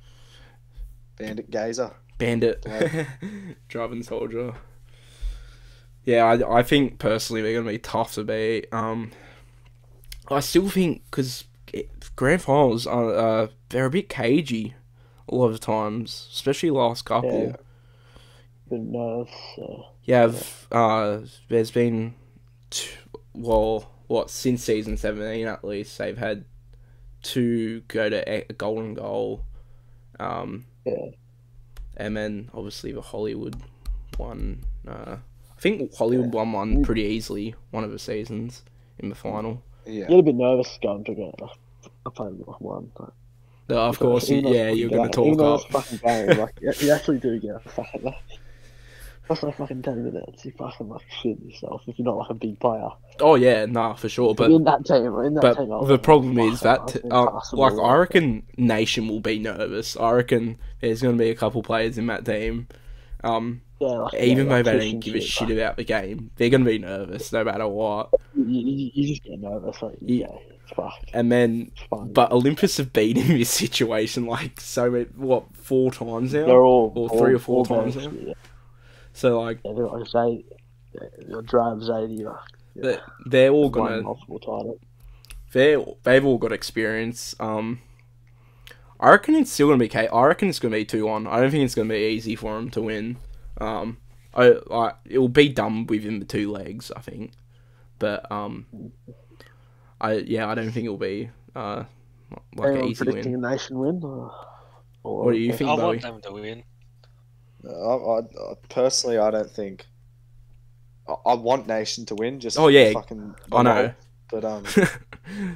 B: Bandit Gazer.
A: Bandit,
B: Yeah.
A: driving soldier. Yeah, I, I think personally they're gonna be tough to beat. Um, I still think because grand finals are uh, they're a bit cagey a lot of times, especially last couple.
E: Yeah. But no, it's, uh,
A: Yeah, I've, uh, there's been, t- well, what since season seventeen at least they've had two go to E, a a golden goal, um,
E: Yeah.
A: and then obviously the Hollywood one. Uh, I think Hollywood won one
E: Mm.
A: pretty easily one of the seasons in the final.
B: Yeah.
E: you're a bit nervous going to go. I played one. But
A: No, of course, you,
E: Even though it's
A: yeah,
E: fucking
A: you're gonna
E: game-
A: talk
E: even though
A: up.
E: it's fucking game, like you, you actually do get a fucking. Like, that's like fucking ten minutes. You fucking like shit yourself if you're not like a big player.
A: Oh yeah, nah, for sure,
E: But
A: but.
E: in that team, in that
A: But
E: team, I was
A: the
E: like,
A: problem
E: fuck,
A: is that,
E: that's
A: t- uh,
E: impossible,
A: like, I reckon Nation will be nervous. I reckon there's going to be a couple players in that team. Um,
E: yeah, like, yeah,
A: even
E: like,
A: though they
E: pushing
A: don't give a shit
E: like,
A: about the game, they're going to be nervous no matter what.
E: you, you, you just get nervous. Like
A: Yeah.
E: yeah, it's fuck,
A: And then,
E: it's fun.
A: but Olympus have been in this situation like so many, what four times now?
E: they're all
A: or three
E: all-
A: or four
E: all
A: times
E: nervous,
A: now.
E: Yeah,
A: So like
E: they're like Zadie, your drive Zadie, like yeah,
A: they- they're all
E: won
A: gonna
E: multiple titles.
A: they they've all got experience. Um, I reckon it's still gonna be K. I reckon it's gonna be two one. I don't think it's gonna be easy for him to win. Um, I, I it'll be done within the two legs, I think. But um, I yeah, I don't think it'll be uh like an
E: Anyone
A: easy
E: predicting
A: win.
E: a nation win? Or, or
A: What do you
E: if-
A: think?
C: I
A: Bowie.
C: want them to win.
B: I, Uh, I, I- personally, I don't think. I, I want Nation to win. Just
A: Oh, yeah.
B: fucking.
A: I know.
B: But um,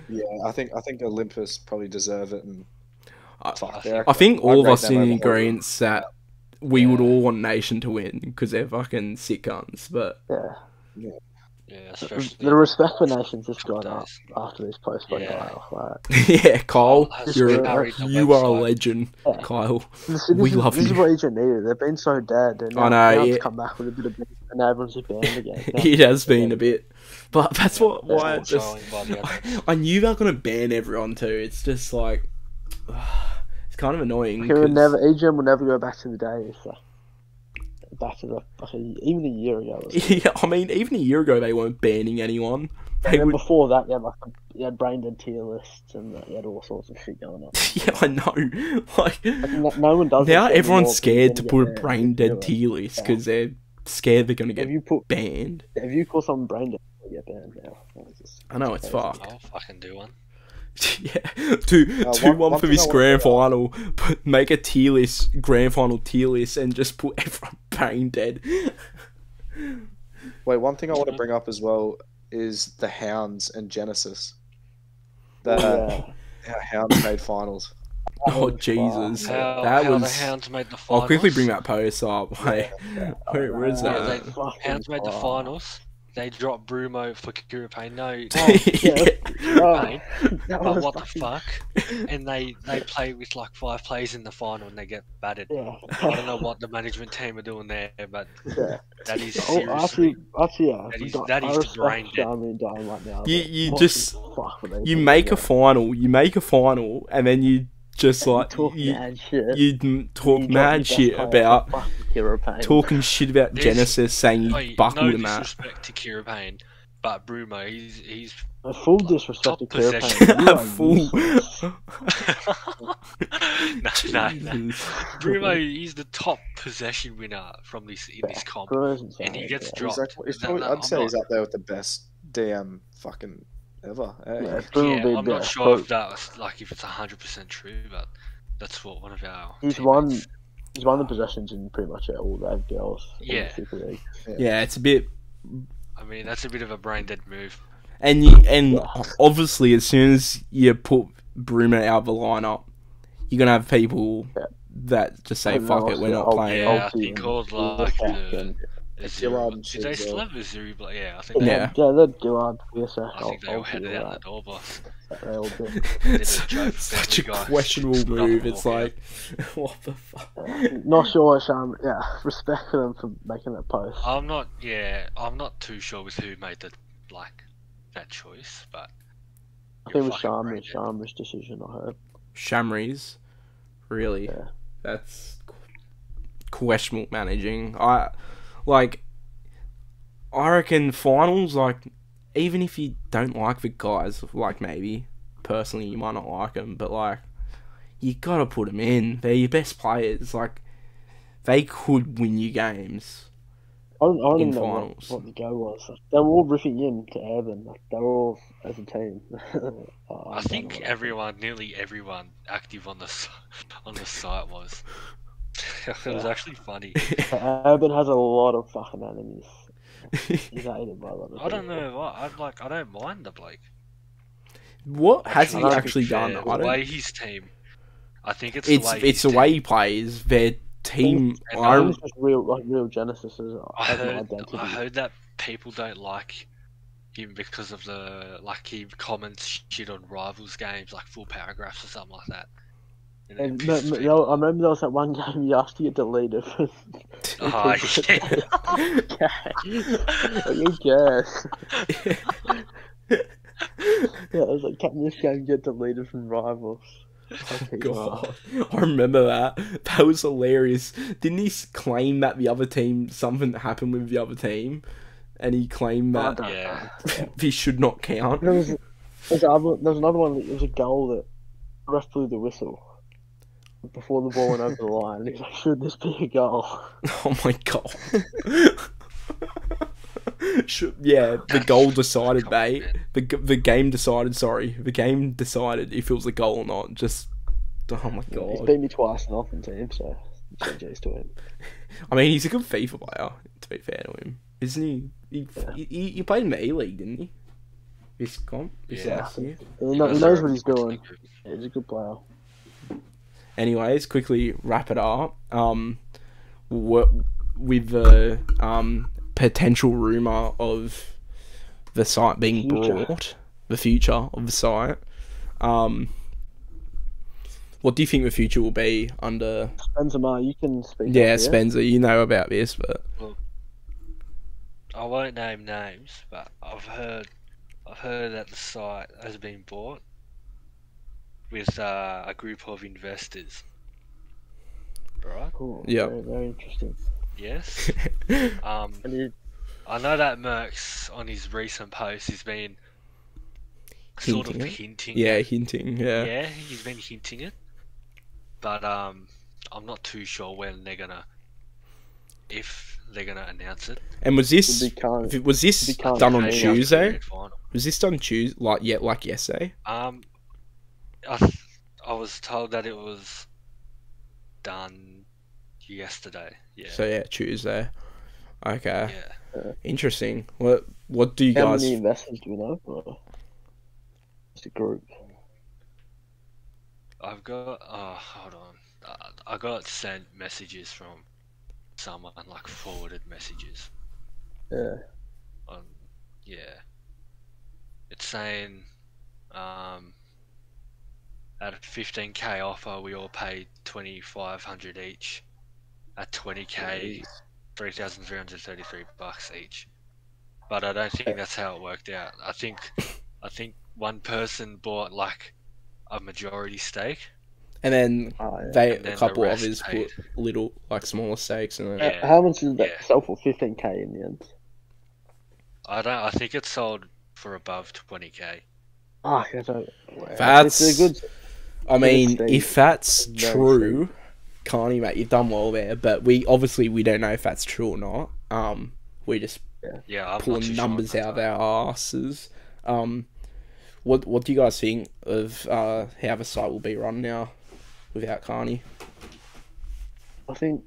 B: yeah, I think I think Olympus probably deserve it, and
A: I-
B: fuck,
C: I
B: they're-
A: I think
B: I'd
A: all of
B: rate
A: us
B: them
A: in
B: over Hollywood.
A: agreement that we would all want Nation to win because they're fucking sick guns. But
E: Yeah.
C: Yeah,
E: The-
C: especially
E: The respect for nation's just
C: Couple
E: gone up Ah.
C: days.
E: after this post by
C: Yeah.
E: Kyle. Like,
A: yeah, Kyle,
C: Has
A: you're
E: been
A: a,
C: buried on
A: you are a
C: website.
A: legend,
E: Yeah.
A: Kyle.
E: this,
A: We
E: is,
A: love
E: this
A: you.
E: is what Egypt needed. They've been so dead, and now,
A: I know,
E: now
A: yeah.
E: it's come back with a bit of beef, and everyone's just banned again. Now-
A: it has been a bit, but that's what
E: Yeah,
A: why I
C: all
A: just
C: trolling by the others.
A: I knew they were gonna ban everyone too. It's just like it's kind of annoying.
E: He will
A: 'cause-
E: never. EGM will never go back to the days. So. Back to the fucking even a year ago. wasn't it?
A: Yeah, I mean, even a year ago they weren't banning anyone. They
E: And then
A: would,
E: before that, you had like you had brain dead tier lists and you had all sorts of shit going on.
A: yeah, I know. Like
E: No, no one does.
A: now
E: that
A: everyone's
E: shit anymore, but you're
A: scared to
E: gonna
A: put a
E: get
A: brain
E: banned
A: dead
E: if you do
A: tier list
E: Yeah.
A: because they're scared they're gonna
E: it. If
A: get
E: you put
A: banned.
E: if you call someone brain dead, you get banned now. It's just-
A: I know it's
E: crazy.
A: fucked.
C: I'll fucking do one.
A: yeah, two two
B: Uh,
A: one
B: one- one
A: for
B: thing I
A: this
B: wanna
A: grand final. Put, make a tier list, grand final tier list, and just put everyone brain dead.
B: Wait, one thing I want to bring up as well is the Hounds and Genesis. The
E: Yeah.
B: how Hounds made finals.
A: oh Jesus,
C: How,
A: that
C: how
A: was.
C: the hounds made the finals.
A: I'll quickly bring that post up. Like, where, where is
C: Yeah,
A: that?
C: they-
E: Fucking
C: Hounds made the
E: fuck.
C: finals. They dropped Brumo for Kira Payne. No,
A: yeah.
E: Oh, that
C: but
E: was
C: what the
E: fucking-
C: fuck? And they they play with like five plays in the final and they get battered.
E: Yeah.
C: I don't know what the management team are doing there, but
E: Yeah.
C: that is
E: Oh,
C: seriously.
E: actually, actually, yeah.
C: That is-
E: Di-
C: that
E: I
C: is
E: respect
C: brain dead.
E: Diamond and Diamond right now.
A: You-
E: but
A: you
E: what
A: just-
E: the fuck were they
A: you
E: doing,
A: make a
E: yeah?
A: final. You make a final, and then you just like
E: talk
A: you
E: mad shit.
A: you m- talk
E: You got your
A: mad
E: best
A: shit
E: player to
A: about
E: fucking Hero Pain.
A: talking shit about
C: There's-
A: Genesis, saying you
C: Hey,
A: buckled
C: no
A: him out.
C: disrespect to Kira Payne, but Brumo, he's he's
E: A full disrespect
C: Top
E: to Hero Pain.
C: possession.
E: You are
A: Full.
E: useless.
C: no, no, no.
A: Jesus.
C: Brumo, he's the top possession winner from this in this comp.
E: Bruno's insane,
C: And he gets
E: yeah.
C: dropped.
B: He's like, he's
C: No,
B: probably,
C: no, I'm
B: I'd say
C: not-
B: he's up there with the best DM fucking ever. eh?
E: Yeah, Bruno will
C: Yeah,
E: be
C: I'm not
E: best,
C: sure
E: but
C: if that was, like if it's hundred percent true, but that's what one of our.
E: He's
C: teammates-
E: won. He's won the possessions in pretty much all the girls. in the
C: Yeah.
E: Super League.
A: Yeah, it's a bit
C: I mean, that's a bit of a brain dead move.
A: And you, and obviously, as soon as you put Bruma out of the lineup, you're gonna have people
E: Yeah.
A: that just say,
E: Oh, no,
A: "Fuck it, we're
E: yeah,
A: not
E: I'll-
A: playing."
C: Yeah, I
E: Ulti
C: think
E: and
C: called
E: Gillard
C: like
E: back
C: the.
E: and-
C: Azuri-
B: Gillard
C: Did they
B: as
C: still
B: well.
C: have Azuri? Bla- Yeah, I think
A: Yeah.
C: they.
E: yeah, that Gillard VSS.
C: I think they all
E: I'll
C: headed
E: do
C: out the
E: that.
C: door, boss.
E: They all did.
C: joke
A: Such a
C: that we got
A: questionable
C: stuff
A: move. It's
C: walking.
A: like, what the fuck?
E: Not sure what um, yeah, respect for them for making that post.
C: I'm not. Yeah, I'm not too sure with who made the like that choice, but.
E: I
C: you're
E: think it was
C: fucking brain
E: Sharma's,
C: dead.
E: Sharma's decision, I heard.
A: Shamries, really?
E: Yeah.
A: That's qu- questionable managing. I like. I reckon finals, like, even if you don't like the guys, like maybe personally you might not like them, but like, you gotta put them in. They're your best players. Like, they could win you games.
E: I don't, I don't
A: In
E: even know what,
A: finals.
E: what the go was. They were all ripping in to Evan. Like, they were all as a team. Oh, I don't know
C: I think
E: what-
C: everyone, nearly everyone active on the s- on the site was. it was actually funny.
E: Urban has a lot of fucking enemies. He's hated by a lot of
C: I don't
E: people.
C: know. What, I'd like. I don't mind the Blake.
A: what has he
C: to be
A: actually
C: fair,
A: done?
C: The
A: I don't.
C: way his team. I think it's
A: It's
C: the way
A: it's
C: his
A: the
C: team-
A: way he plays. Their team.
C: And
A: I
E: It was just real, like real Genesis is
C: I
E: has no
C: heard,
E: identity.
C: I heard that people don't like him because of the like he comments shit on rivals games like full paragraphs or something like that. And it
E: And no,
C: pisses
E: no,
C: people-
E: I remember there was that one game you asked to get deleted.
C: Ah, yeah.
E: you guess. Yeah, I was like, can this game get deleted from rivals? Okay, well.
A: God, I remember that. That was hilarious. Didn't he s- claim that the other team something happened with the other team, and he claimed
E: I
A: that
E: don't
C: Yeah.
A: he should not count?
E: There was, there was, other- there was another one. It was a goal that the ref blew the whistle before the ball went over the line. He's like, should this be a goal?
A: Oh my god. Should- yeah, the goal decided,
C: Come on,
A: mate.
C: man.
A: The g- the game decided. Sorry, the game decided if it was a goal or not. Just oh my
E: He's
A: god.
E: beat me twice in often team, so JJ's to him.
A: I mean, he's a good FIFA player. To be fair to him, isn't he? He he, he, he played in the E League, didn't he? This comp, this
C: Yeah.
A: last year.
E: He,
C: He
E: kno- he
C: was
E: knows
C: a-
E: what he's doing. Yeah, he's a good player.
A: Anyways, quickly wrap it up. Um, what with the um potential rumor of the site being
E: Future.
A: brought, the future of the site. Um, what do you think the future will be under?
E: Benzema, you can speak. up
A: Yeah,
E: here.
A: Spencer, you know about this, but
C: I won't name names, but I've heard I've heard that the site has been bought with uh, a group of investors. Right?
E: Cool.
A: Yeah.
E: Very, very interesting.
C: Yes. um,
E: And you,
C: I know that Merckx on his recent post he's been sort of
A: Hinting it?
C: hinting.
A: yeah, hinting. Yeah.
C: Yeah, he's been hinting it. But um, I'm not too sure when they're gonna, if they're gonna announce it.
A: And was this
E: It'll be current.
A: was this
E: It'll be current.
A: done on
C: Maybe after the
A: Tuesday?
C: grand final.
A: Was this done Tuesday? Like yet? Like yesterday?
C: Um, I th- I was told that it was done yesterday. Yeah.
A: So yeah, Tuesday. Okay,
C: yeah.
A: interesting. What what do you
E: how
A: guys?
E: many investors do we know? Or- It's a group.
C: I've got. Oh, hold on. I, I got sent messages from someone, like forwarded messages.
E: Yeah.
C: On, yeah. It's saying, um, at a 15k offer, we all paid 2,500 each. At 20k, 3,333 bucks each. But I don't think that's how it worked out. I think, I think one person bought like a majority stake.
A: And then
C: Uh,
E: Oh, yeah.
A: they
C: And
A: a
C: then the
A: couple
C: rest
A: others
C: paid.
A: put little like smaller stakes and
C: Yeah.
A: then
E: How much did that
C: Yeah.
E: sell for? 15k in the end.
C: I don't. I think it sold for above twenty k.
E: Ah, I don't.
A: That's-
E: It's a good.
A: I mean,
E: Very
A: if that's
E: Very
A: true, Carney, mate, you've done well there. But we obviously we don't know if that's true or not. Um, we just
C: Yeah, I'm not
A: pulling
C: too
A: numbers
C: sure
A: out of our asses. Um, what what do you guys think of uh, how the site will be run now without Carney?
E: I think.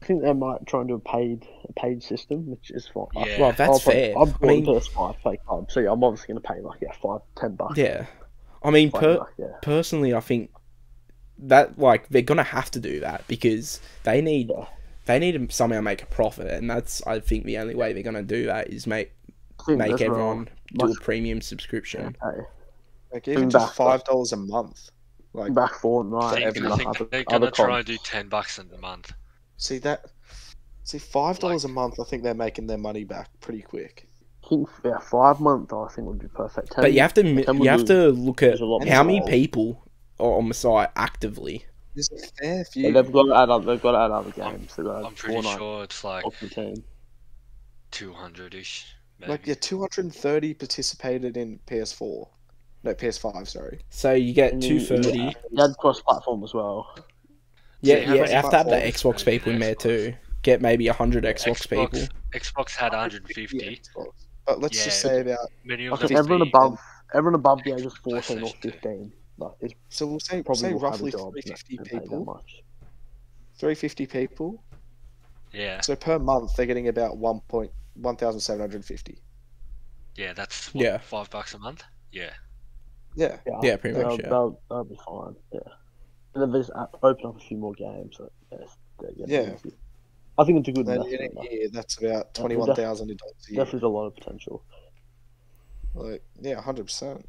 E: I think they might try and do a paid a paid system, which is fine. I-
C: Yeah.
A: Well, that's
E: I'll
A: fair.
E: Play, I'm
A: I
E: going
A: mean,
E: to five fake card, so yeah, I'm obviously going to pay like yeah five ten bucks.
A: yeah. I mean,
E: five
A: per-
E: bucks, yeah.
A: personally, I think that like they're gonna have to do that because they need
E: Yeah.
A: they need to somehow make a profit, and that's I think the only way they're gonna do that is make
E: I think
A: make
E: that's where I'll
A: everyone do a
E: must-
A: premium subscription.
E: pay.
B: Like even
E: Bring
B: just
E: back-
B: five dollars a month. Like
E: back four
C: I
E: night.
B: every
C: think, I
E: everyone
B: month.
C: think
E: other-
C: they're
E: other
C: gonna try
E: cons.
C: and do ten bucks in a month.
B: see that see five dollars a month, I think they're making their money back pretty quick.
E: I think, yeah, five month I think would be perfect. Ten,
A: But you have to
E: ten
A: mi-
E: would
A: you have
E: be-
A: to look at
E: there's a lot
A: how many
E: involved.
A: people are on the site actively.
B: There's a fair
E: yeah,
B: few
E: they've got to add up. They've got to add up the games. They've got
C: I'm
E: to add
C: pretty
E: Fortnite
C: sure it's like
E: off the team.
C: two hundred ish.
B: like yeah, two hundred and thirty participated in PS4. No, PS5, sorry. Uh,
A: So you get
E: And
A: two
E: you-
A: thirty.
E: You had cross platform as well.
A: Yeah,
C: So
A: yeah.
C: how
A: You
C: many
A: have to have the
C: platforms
A: Xbox
C: do you
A: people in
C: need
A: there
C: Xbox?
A: too. Get maybe hundred Xbox, people.
C: Xbox had one hundred and
B: Yeah,
C: fifty.
B: Xbox. But let's just
C: Yeah.
B: say about
C: Many
E: I
C: of them.
E: think everyone
C: being-
E: above everyone above the age of fourteen or
C: PlayStation two.
E: fifteen. Like, it's
B: so we'll say
E: probably
B: say
E: will have
B: roughly
E: a job
B: three
E: and
B: fifty
E: pay that
B: people.
E: much.
B: Three fifty people.
C: Yeah,
B: So per month they're getting about one point one thousand seven hundred and fifty.
C: yeah, that's
A: Yeah.
C: what, five bucks a month. Yeah,
B: Yeah.
A: Yeah, pretty much.
E: That'll,
A: Yeah.
E: that'll, that'll be fine. Yeah. And then there's uh, open up a few more games. So yes, yeah.
B: Yeah.
E: I think it's a good
B: Then in
E: investment.
B: a
E: though.
B: year, that's about
E: Yeah, we
B: twenty one thousand dollars a year.
E: Definitely got a lot of potential.
B: Like, yeah, hundred percent.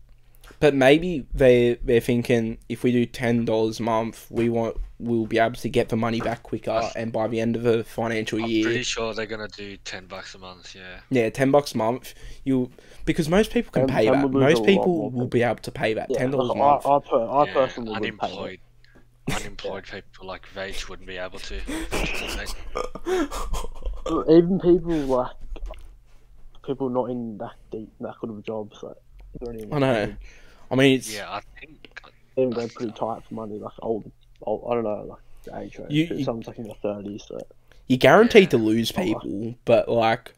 A: But maybe they they're thinking if we do ten dollars a month, we want we'll be able to get the money back quicker, and by the end of the financial
C: I'm
A: year,
C: pretty sure they're gonna do ten bucks a month. Yeah,
A: yeah, ten bucks a month, you because most people can
E: And-
A: pay
E: and
A: that.
E: we'll lose a
A: Most
E: lot
A: people
E: more
A: will
E: people.
A: be able to pay that
E: Yeah,
A: ten dollars a
E: like,
A: month.
E: I, I, per, I
C: yeah.
E: personally would pay
C: unemployed, unemployed people like Vage wouldn't be able to.
E: it. Even people like people not in that deep, that good of jobs. Like, they're only in,
A: I
E: like,
A: know. I mean, it's
C: Yeah, I think
E: They even go pretty tight for money. Like old, old I don't know, like the age range.
A: You-
E: but
A: you-
E: someone's like in their thirties. So
A: you're guaranteed to
C: Yeah.
A: lose
E: Oh.
A: people, but like,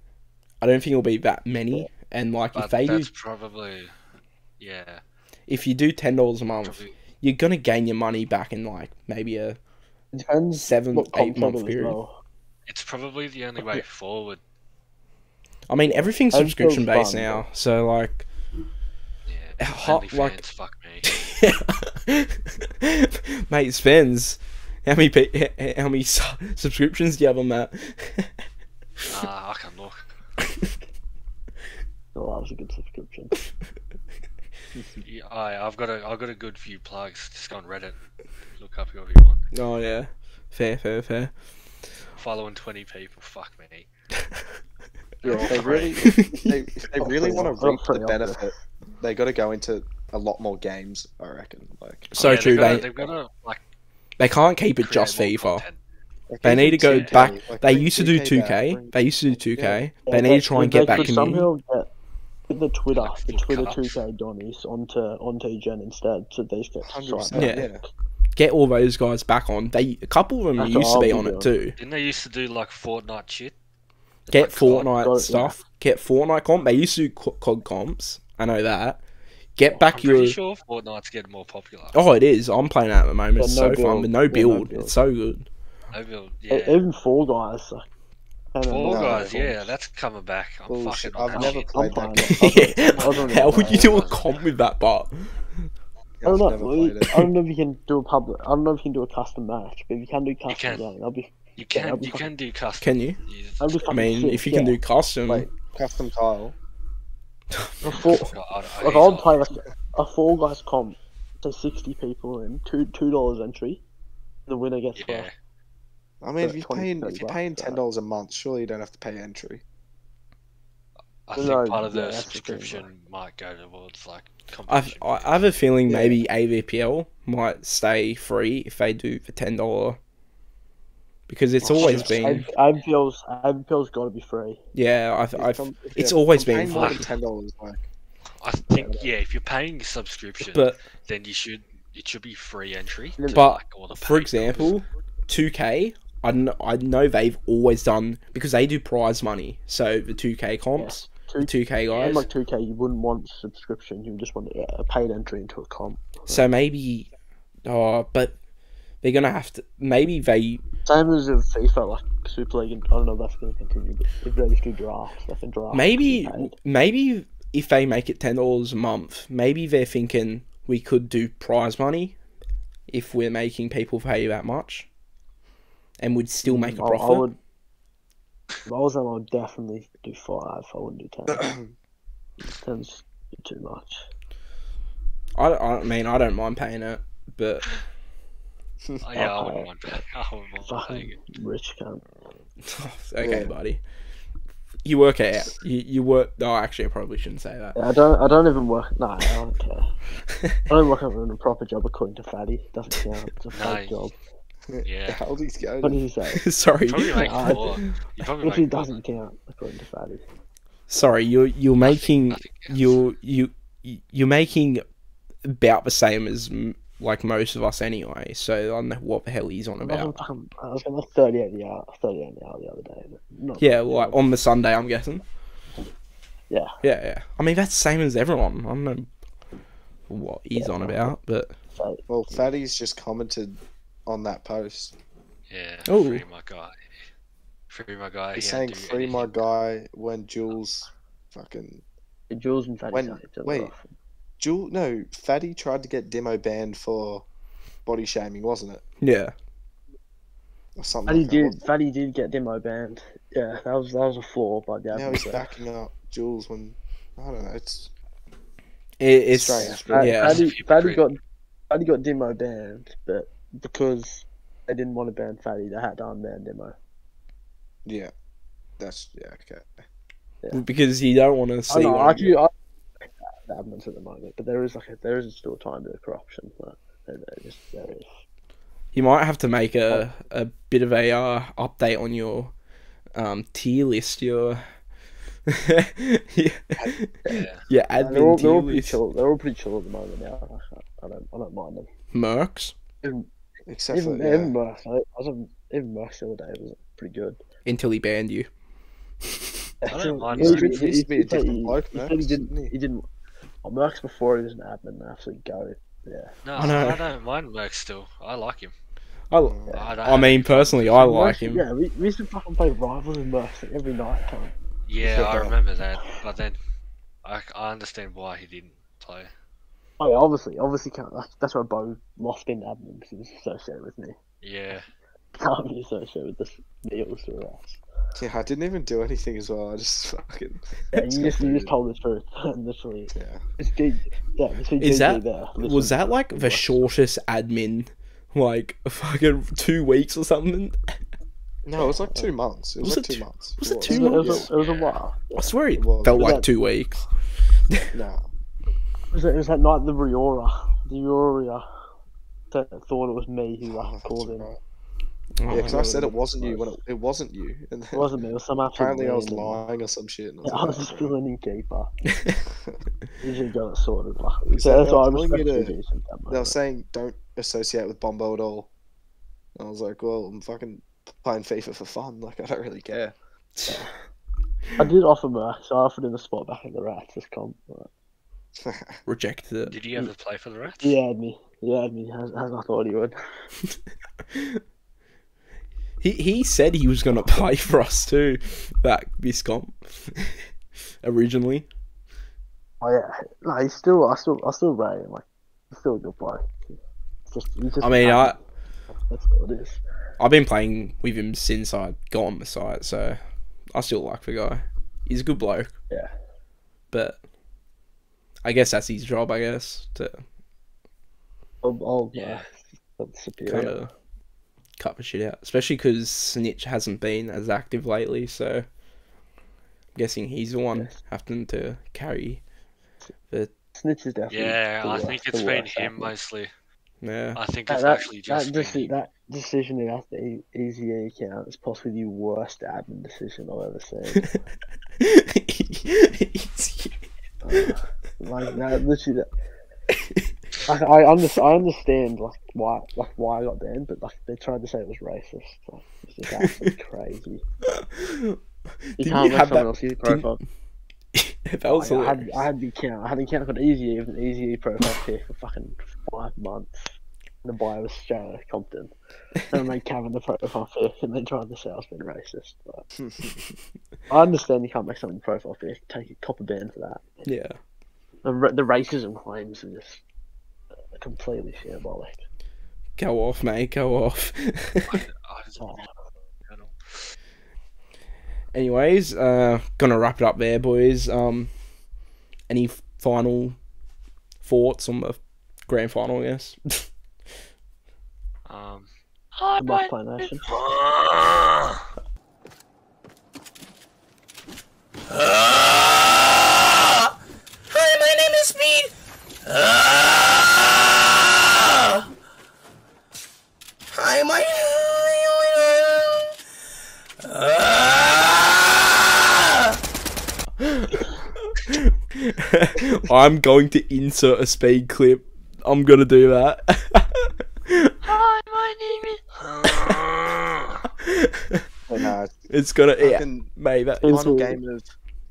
A: I don't think it'll be that many. And like,
C: But
A: if they do,
C: that's probably, yeah,
A: if you do ten dollars a month,
C: probably
A: you're gonna gain your money back in like maybe a
E: It depends
A: Seven,
E: what comp
A: eight month
E: model as
A: period.
E: well.
C: It's probably the only way forward.
A: I mean, everything's
E: That's still
A: subscription based
E: fun,
A: now, so like,
C: Yeah,
A: Hot,
C: OnlyFans,
A: like-
C: fuck me.
A: mate, Spence, how many pe- h- how many su- subscriptions do you have on that?
C: Ah, I can look.
E: Oh, that was a good subscription.
C: Yeah, I, I've got a, I've got a good few plugs. Just go on Reddit, look up whoever you want.
A: oh yeah, fair, fair, fair.
C: Oh, Following twenty people, fuck me.
B: If they really, they, if they really want to
E: Pretty
B: reap the
E: obvious.
B: benefit, they got to go into a lot more games. I reckon. Like
A: so
C: Yeah,
A: true,
C: They've got
A: mate.
C: to, they've got to like.
A: They can't keep it
C: create
A: just
C: more
A: FIFA.
C: content.
A: They need to go
C: Yeah.
A: back.
B: Like,
A: They
B: bring
A: used to do
B: 2K
A: 2K.
B: back, bring-
A: They used to do 2K.
E: Yeah,
A: They need to try and
E: they
A: get back
E: could
A: in.
E: somehow get the Twitter,
C: Like
E: the
C: full
E: Twitter
C: cups.
E: 2K Donnies onto onto Gen instead, so they just get
B: 100%,
E: striped.
A: Yeah. Get all those guys back on. They a couple of them
E: That's
A: used to
E: what
A: be
E: I'll
A: on
E: be
A: it too.
C: Didn't they used to do like Fortnite shit?
A: Get
C: Like, COD.
A: Fortnite
E: Got it,
A: stuff. Get Fortnite comp. They used to do co- COD comps. I know that. Get
C: Oh, I'm
A: back your.
C: pretty sure Fortnite's getting more popular.
A: Oh, it is. I'm playing that at the moment.
E: Yeah,
A: it's
E: no
A: so fun
E: build.
A: with no
E: Yeah, no
A: build.
E: build.
A: It's so good.
C: I
B: Oh,
C: will-
E: E-
C: yeah.
E: Even Fall Guys. like, I don't
C: Fall
E: know.
C: Guys, yeah, that's coming back. I'm
B: Bullshit.
C: fucking. on
B: I've
C: that
B: never
C: shit.
E: I'm
B: played
E: fine.
B: that
E: I
B: game.
E: don't know.
A: How would you do a comp with that? But
E: I don't
B: I've
E: know.
B: never
E: really-
B: played it.
E: I don't know if you can do a public. I don't know if you can do a custom match, but if you can do custom
C: can.
E: game, I'll be.
C: You
E: that'd
C: can,
E: be
C: you
E: fucking-
C: can do custom.
A: can you?
C: You-
E: I'll be
A: I
E: fucking
A: mean,
E: sick,
A: if you can
E: yeah.
A: do custom,
B: Wait, custom tile.
E: Before,
C: God, I don't-
E: like
C: I-
E: I'll play like a Fall Guys comp, say sixty people in two two dollars entry, the winner gets
C: Yeah.
E: first.
B: I mean, if you're
E: 20,
B: paying if
E: 30
B: you're paying
E: bucks,
B: ten dollars a month, surely you don't have to pay entry.
C: I
E: No,
C: think part of
E: yeah,
C: the
E: that's the thing,
C: subscription might go towards like
A: I've,
C: competition.
A: I I have a feeling
B: Yeah.
A: maybe AVPL might stay free if they do for ten dollar, because it's
B: Oh,
A: always
B: shit.
A: been
E: ABPL's ABPL's got to be free.
A: yeah. I've, I've
B: from- if
A: it's
B: you're-
A: always
B: I'm
A: been
B: paying more
A: free.
B: than ten dollars. Like,
C: I think yeah, if you're paying subscription,
A: but
C: then you should it should be free entry.
E: But
C: to, like, all the
A: for
C: paid
A: example,
C: members.
A: two K. I know, I know they've always done because they do prize money. So the two K comps, the two K
E: I'm
A: guys.
E: like 2K, you wouldn't want subscription. You would just want a paid entry into a comp.
A: So maybe, uh, but they're gonna have to. Maybe they
E: Same as in FIFA, like Super League. And, I don't know if that's going to continue, but if they just do drafts, like a draft.
A: maybe
E: can Oh, be paid.
A: maybe if they make it ten dollars a month, maybe they're thinking we could do prize money if we're making people pay that much, and would still make a
E: Hmm, I-
A: profit.
E: I, would. If I was them, I would definitely do five. I wouldn't do ten. Ten's too much.
A: I, I mean, I don't mind paying it, but
C: Oh, yeah, I wouldn't mind.
E: okay.
C: paying- I wouldn't mind paying
E: Fucking
C: it.
E: rich cunt.
A: okay,
B: Yeah.
A: buddy. You work it out. You, you work. Oh, actually, I probably shouldn't say that.
E: Yeah, I don't. I don't even work. No, I don't care. I don't work at a proper job according to Fatty. Doesn't count. It's a
C: No,
E: fake job.
C: Yeah,
B: how old these guys?
E: What did he say?
A: sorry,
C: probably make
E: I-
C: more. You probably
E: Literally
C: make more
E: doesn't count according to Fatty.
A: sorry. You you're
C: than
A: making
C: nothing else.
A: you you you're making about the same as m- like most of us anyway. So I don't know what the hell he's on
E: I was on
A: about.
E: fucking, I was on like 38 the hour, 38 an hour the other day. But not,
A: Yeah, well, like on the Sunday, I'm guessing.
E: Yeah.
A: Yeah, yeah. I mean, that's the same as everyone. I don't know what he's on about, but
E: so,
B: Well, Fatty's just commented on that post.
C: Yeah,
A: Oh.
C: free my guy. Free my guy.
B: He's
C: yeah,
B: saying
C: do
B: free my
C: anything."
B: guy when Jules fucking
E: Jules and Fatty
B: When-
E: say each other
B: wait.
E: off.
B: Jewel no, Fatty tried to get Demo banned for body shaming, wasn't it?
A: yeah.
B: Or something.
E: Fatty
B: like that,
E: did,
B: wasn't it?
E: Fatty did get demo banned. Yeah, that was that was a flaw, but yeah.
B: Now he's backing up Jules when I don't know, it's
A: It, it's
B: Strange,
E: Fa-
B: but-
A: yeah.
E: Fatty,
C: That's
E: Fatty
C: hypocrite.
E: got Fatty got demo banned, but because they didn't want to ban Fatty, they had to unban demo.
B: yeah. That's yeah, okay.
A: because you don't want to
E: I
A: see.
E: know,
A: one.
E: actually, I the admins at the moment, but there is like a, there is still a time bit of corruption, but there, there is there is.
A: You might have to make a,
E: Oh.
A: a bit of a uh, update on your um, tier list, your yeah,
C: Yeah.
A: your
E: Uh, they're, all,
A: admin
E: they're
A: tier
E: all pretty
A: list.
E: chill. They're all pretty chill at the moment now. I, I don't, I don't mind them.
A: Mercs,
E: Even
B: Except
E: even,
B: for
E: even
B: yeah.
E: Merc, I was on, even Merc the other day was pretty good.
A: until he banned you.
C: I don't mind
B: He used to
C: Merc.
B: be- he used to be a different bloke,
E: he,
B: Merc,
E: said he didn't.
B: didn't he?
E: He didn't. Oh, Merc's before he was an admin, an absolute goat. Yeah,
C: No,
A: I know.
C: I don't mind Merc still. I like him.
B: Oh,
A: I,
E: uh,
C: I, don't
A: I mean, personally, I like him.
E: Yeah, we, we used to fucking play Rivals and Mercy every night. Time.
C: yeah, I
E: Yeah.
C: remember that, but then I, I understand why he didn't play.
E: Oh yeah, obviously, obviously can't. That's, that's why Bo lost in admin because he was associated with me.
C: Yeah,
E: Can't be associated with this uh, meals or else.
B: Yeah, I didn't even do anything as well. I just fucking.
E: Yeah, you just you just told the truth. Literally,
B: Yeah.
E: it's G. Yeah, between
A: Is that-
E: GG there.
A: Was that like the shortest admin, like fucking two weeks or something?
B: No, it was like two months. It was,
A: Was
B: like
A: it
B: two
A: two-
B: months.
A: was it
E: It
A: two
E: was, it
A: months?
E: was, a, it was a while.
A: I swear it
B: It was.
A: felt
E: Was
A: like
E: that-
A: two weeks.
B: No.
E: It was, it was that night the Riora, the Riora, that thought it was me who uh, called him.
A: Oh,
B: Yeah, because I
E: yeah,
B: said
E: yeah.
B: it wasn't you when it, it wasn't you, and
E: It
B: then
E: wasn't me. It was some absolute.
B: apparently I was
E: random-
B: lying or some shit. And I was
E: Yeah, I was
B: like,
E: just
B: "Oh,
E: an innkeeper.
B: bro."
E: You should have got it sorted. Luckily.
B: Because they
E: So that's
B: were
E: why I
B: telling
E: was
B: you
E: really
B: to-
E: decent. That
B: they were
E: moment.
B: saying don't associate with Bombo at all. And I was like, well, I'm fucking playing FIFA for fun. Like I don't really care.
E: I did offer Merc, so I offered him a spot back at the Rats this comp. But
A: Reject it.
C: did he ever play for the Rats?
E: he had me. He had me, as, as I thought he would.
A: He he said he was gonna play for us too, that Biscomp originally.
E: Oh yeah, no, he's still, I still, I still rate him. Like, he's still a good bloke. It's Just, he's just
A: I mean, I
E: that's what it is.
A: I've been playing with him since I got on the site, so I still like the guy. He's a good bloke.
E: Yeah.
A: But I guess that's his job. I guess to
E: Old, old
C: Yeah.
E: Merc, superior.
A: kind of cut the shit out, especially because Snitch hasn't been as active lately. So I'm guessing he's the one
E: Yes.
A: having to carry.
E: Snitch is definitely.
C: Yeah,
E: the
C: I
E: worst-
C: think
E: the
C: it's been
E: worst
C: him
E: athlete.
C: mostly.
A: Yeah.
C: I think
E: That,
C: it's
E: that,
C: actually just
E: that,
C: been
E: deci-
C: him.
E: that decision in that e- EZA account is possibly the worst admin decision I've ever seen. Uh, like that, literally. That, like, I, under, I understand like why like why I got banned, but like they tried to say it was racist. Like, it's just absolutely crazy. You
A: Didn't
E: can't
A: you
E: let
A: have that-
E: someone else use your
A: didn't-
E: profile.
A: that was
E: I, I had
A: hilarious.
E: I had the account. I had the account called Easy with an Easy E profile tier for fucking five months. And the bio was Sarah Compton. And they Kevin the profile pic and they tried to say I was being racist. But I understand you can't make someone profile pic. Take a copper ban for that.
A: Yeah.
E: The, ra- the racism claims are just uh, completely shambolic.
A: Go off, mate. Go off.
C: I was-
E: Oh.
C: I don't-
A: Anyways, uh, gonna wrap it up there, boys. Um, any f- final thoughts on the grand final? I guess.
C: Um,
E: Goodbye, Play Nation.
F: Hi, my name is Speed. Hi, my.
A: I'm going to insert a speed clip. I'm gonna do that.
B: But nah, it's
A: it's gonna yeah,
B: fucking
A: mate. That,
E: It's
B: final
E: all-
B: game of.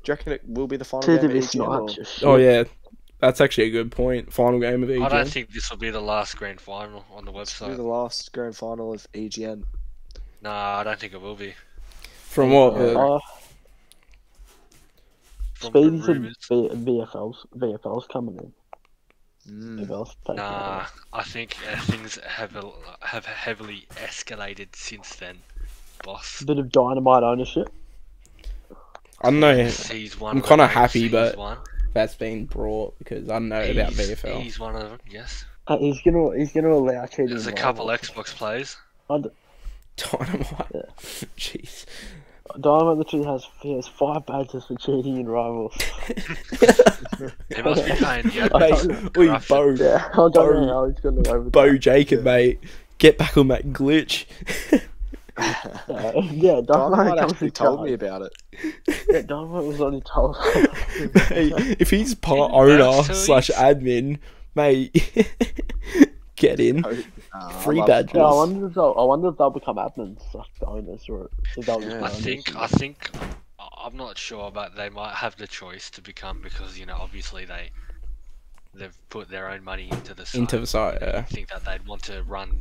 B: Do you reckon it will be the final
E: Two
B: game of
E: division
B: EGM, or-
E: match is shit.
A: oh yeah, that's actually a good point. Final game of
C: I
A: EG.
C: don't think this will be the last grand final on the
B: This will be
C: website.
B: the last grand final of E EGN.
C: Nah, I don't think it will be.
A: From what? Uh,
E: Uh,
C: From the
E: Speedy said
C: rumours,
E: V- VFL's VFL's coming in.
B: Hmm.
A: Mm.
E: VFL's taking
C: nah, I think uh, things have a- have heavily escalated since then, boss.
E: a bit of dynamite ownership.
A: I don't know.
C: He's one.
A: I'm
C: of the
A: kinda
C: names,
A: happy,
C: he's
A: but
C: one.
A: That's been brought because I don't know about
C: He's-
A: VFL.
C: He's one of them. Yes,
E: Uh, he's gonna he's gonna allow cheating.
C: there's a
E: and
C: couple
E: rivals.
C: Xbox players.
E: I'd-
A: Dynamite.
E: Yeah.
A: Jeez.
E: Dynamite literally has he has five badges for cheating and rivals.
C: They must be paying the
E: don't
C: admin.
E: know.
A: Mate, we
C: Corruption.
A: Bo,
E: yeah, I don't
A: Bo-
E: know how he's gonna go over
A: Bo Jacob, mate. Get back on that glitch.
E: that. Uh, yeah, Dynamite
B: Dynamite
E: comes
B: actually
E: with
B: told me
E: cards.
B: about it.
E: Yeah, Dynamite was only told.
A: Mate, if he's part
C: Didn't
A: owner
C: Max tell you?
A: slash admin, mate, get in.
B: Uh,
A: Free badges.
E: yeah, I wonder if they'll, I wonder if they'll become admins, like the owners, or if they'll. just be
B: Yeah.
C: I
E: owners.
C: think. I think. I- I'm not sure, but they might have the choice to become because you know obviously they they've put their own money into the site.
A: Into the site, yeah.
C: I think that they'd want to run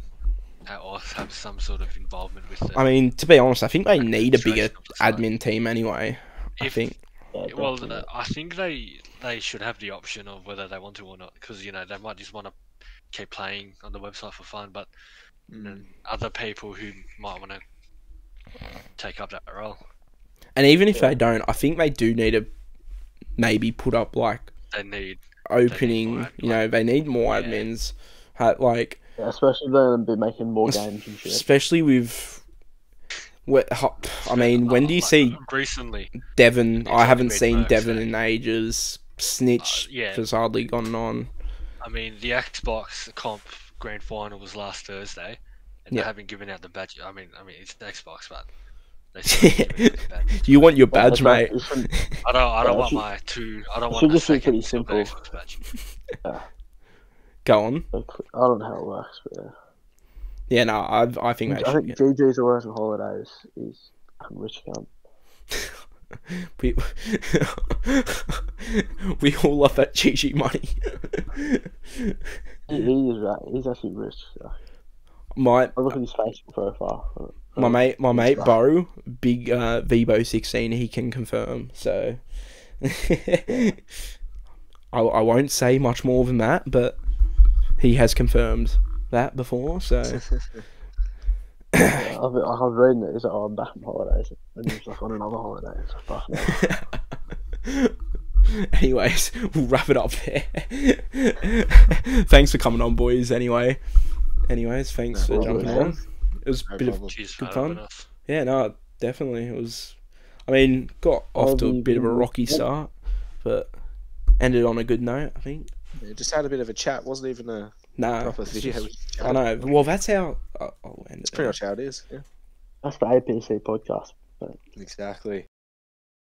C: uh, or have some sort of involvement with the
A: I mean, to be honest, I think they need a bigger
C: Administration of the site.
A: admin team anyway. I
C: If-
A: think.
E: Yeah,
C: Well,
E: definitely.
C: th- I think they they should have the option of whether they want to or not, because you know they might just want to keep playing on the website for fun, but
B: Mm,
C: you know, other people who might want to take up that role,
A: And even if they don't, I think they do need to maybe put up like
C: they need.
A: opening.
C: admin,
A: You know, they need more
C: yeah.
A: admins. Ha- Like
E: Yeah, especially if they're gonna be making more games and shit.
A: especially with. we- ho- I mean, when do you
C: like,
A: see
C: recently? uh,
A: Devon? I
C: like
A: haven't
C: Red
A: seen
C: Mercs,
A: Devon
C: eh?
A: in ages. Snitch
C: Uh, yeah.
A: has hardly gone on.
C: I mean, the Xbox comp grand final was last Thursday, and
A: Yeah.
C: they haven't given out the badge. I mean, I mean it's the Xbox, but they still haven't given out the badge.
A: You want your
E: Well,
A: badge,
E: like,
A: mate?
E: it shouldn't-
C: I don't. I don't
E: Yeah,
C: want
E: should-
C: my two. I don't
E: should
C: want a
E: just be
C: second
E: pretty
C: silver
E: simple.
C: Xbox badge.
A: Go on.
E: I don't know how it works, but yeah.
A: Yeah, no, I've, I think they
E: I
A: should
E: think
A: get.
E: GG's away from holidays is a rich cunt.
A: We, we all love that Gigi money.
E: He, he is right. He's actually rich. So.
A: my
E: I look at his Facebook profile.
A: my mate, my mate
E: right.
A: Bo, big uh, Vibo sixteen, he can confirm. So, I, I won't say much more than that, but he has confirmed that before. So,
E: Yeah, I've, I've read it. He's like, oh, I'm back from holidays, and he's like on another holiday. It's like, fuck no.
A: anyways, we'll wrap it up there. thanks for coming on, boys. Anyway, anyways, thanks for
E: problem,
A: jumping
E: man.
A: on. It was a
B: No
A: bit of
B: problem.
C: Jeez,
A: Good
C: I
A: fun.
C: don't know.
A: Yeah, no, definitely. It was. I mean, got off to
B: Um,
A: a bit of a rocky start, but ended on a good note, I think.
B: Yeah, just had a bit of a chat. wasn't even a
A: Nah,
B: proper
A: Uh, it's
B: video.
A: just-
B: chat.
A: I know. Well, that's how. I- I'll end it.
B: It's pretty
A: there.
B: much how it is. Yeah.
E: That's the APC podcast.
B: Exactly.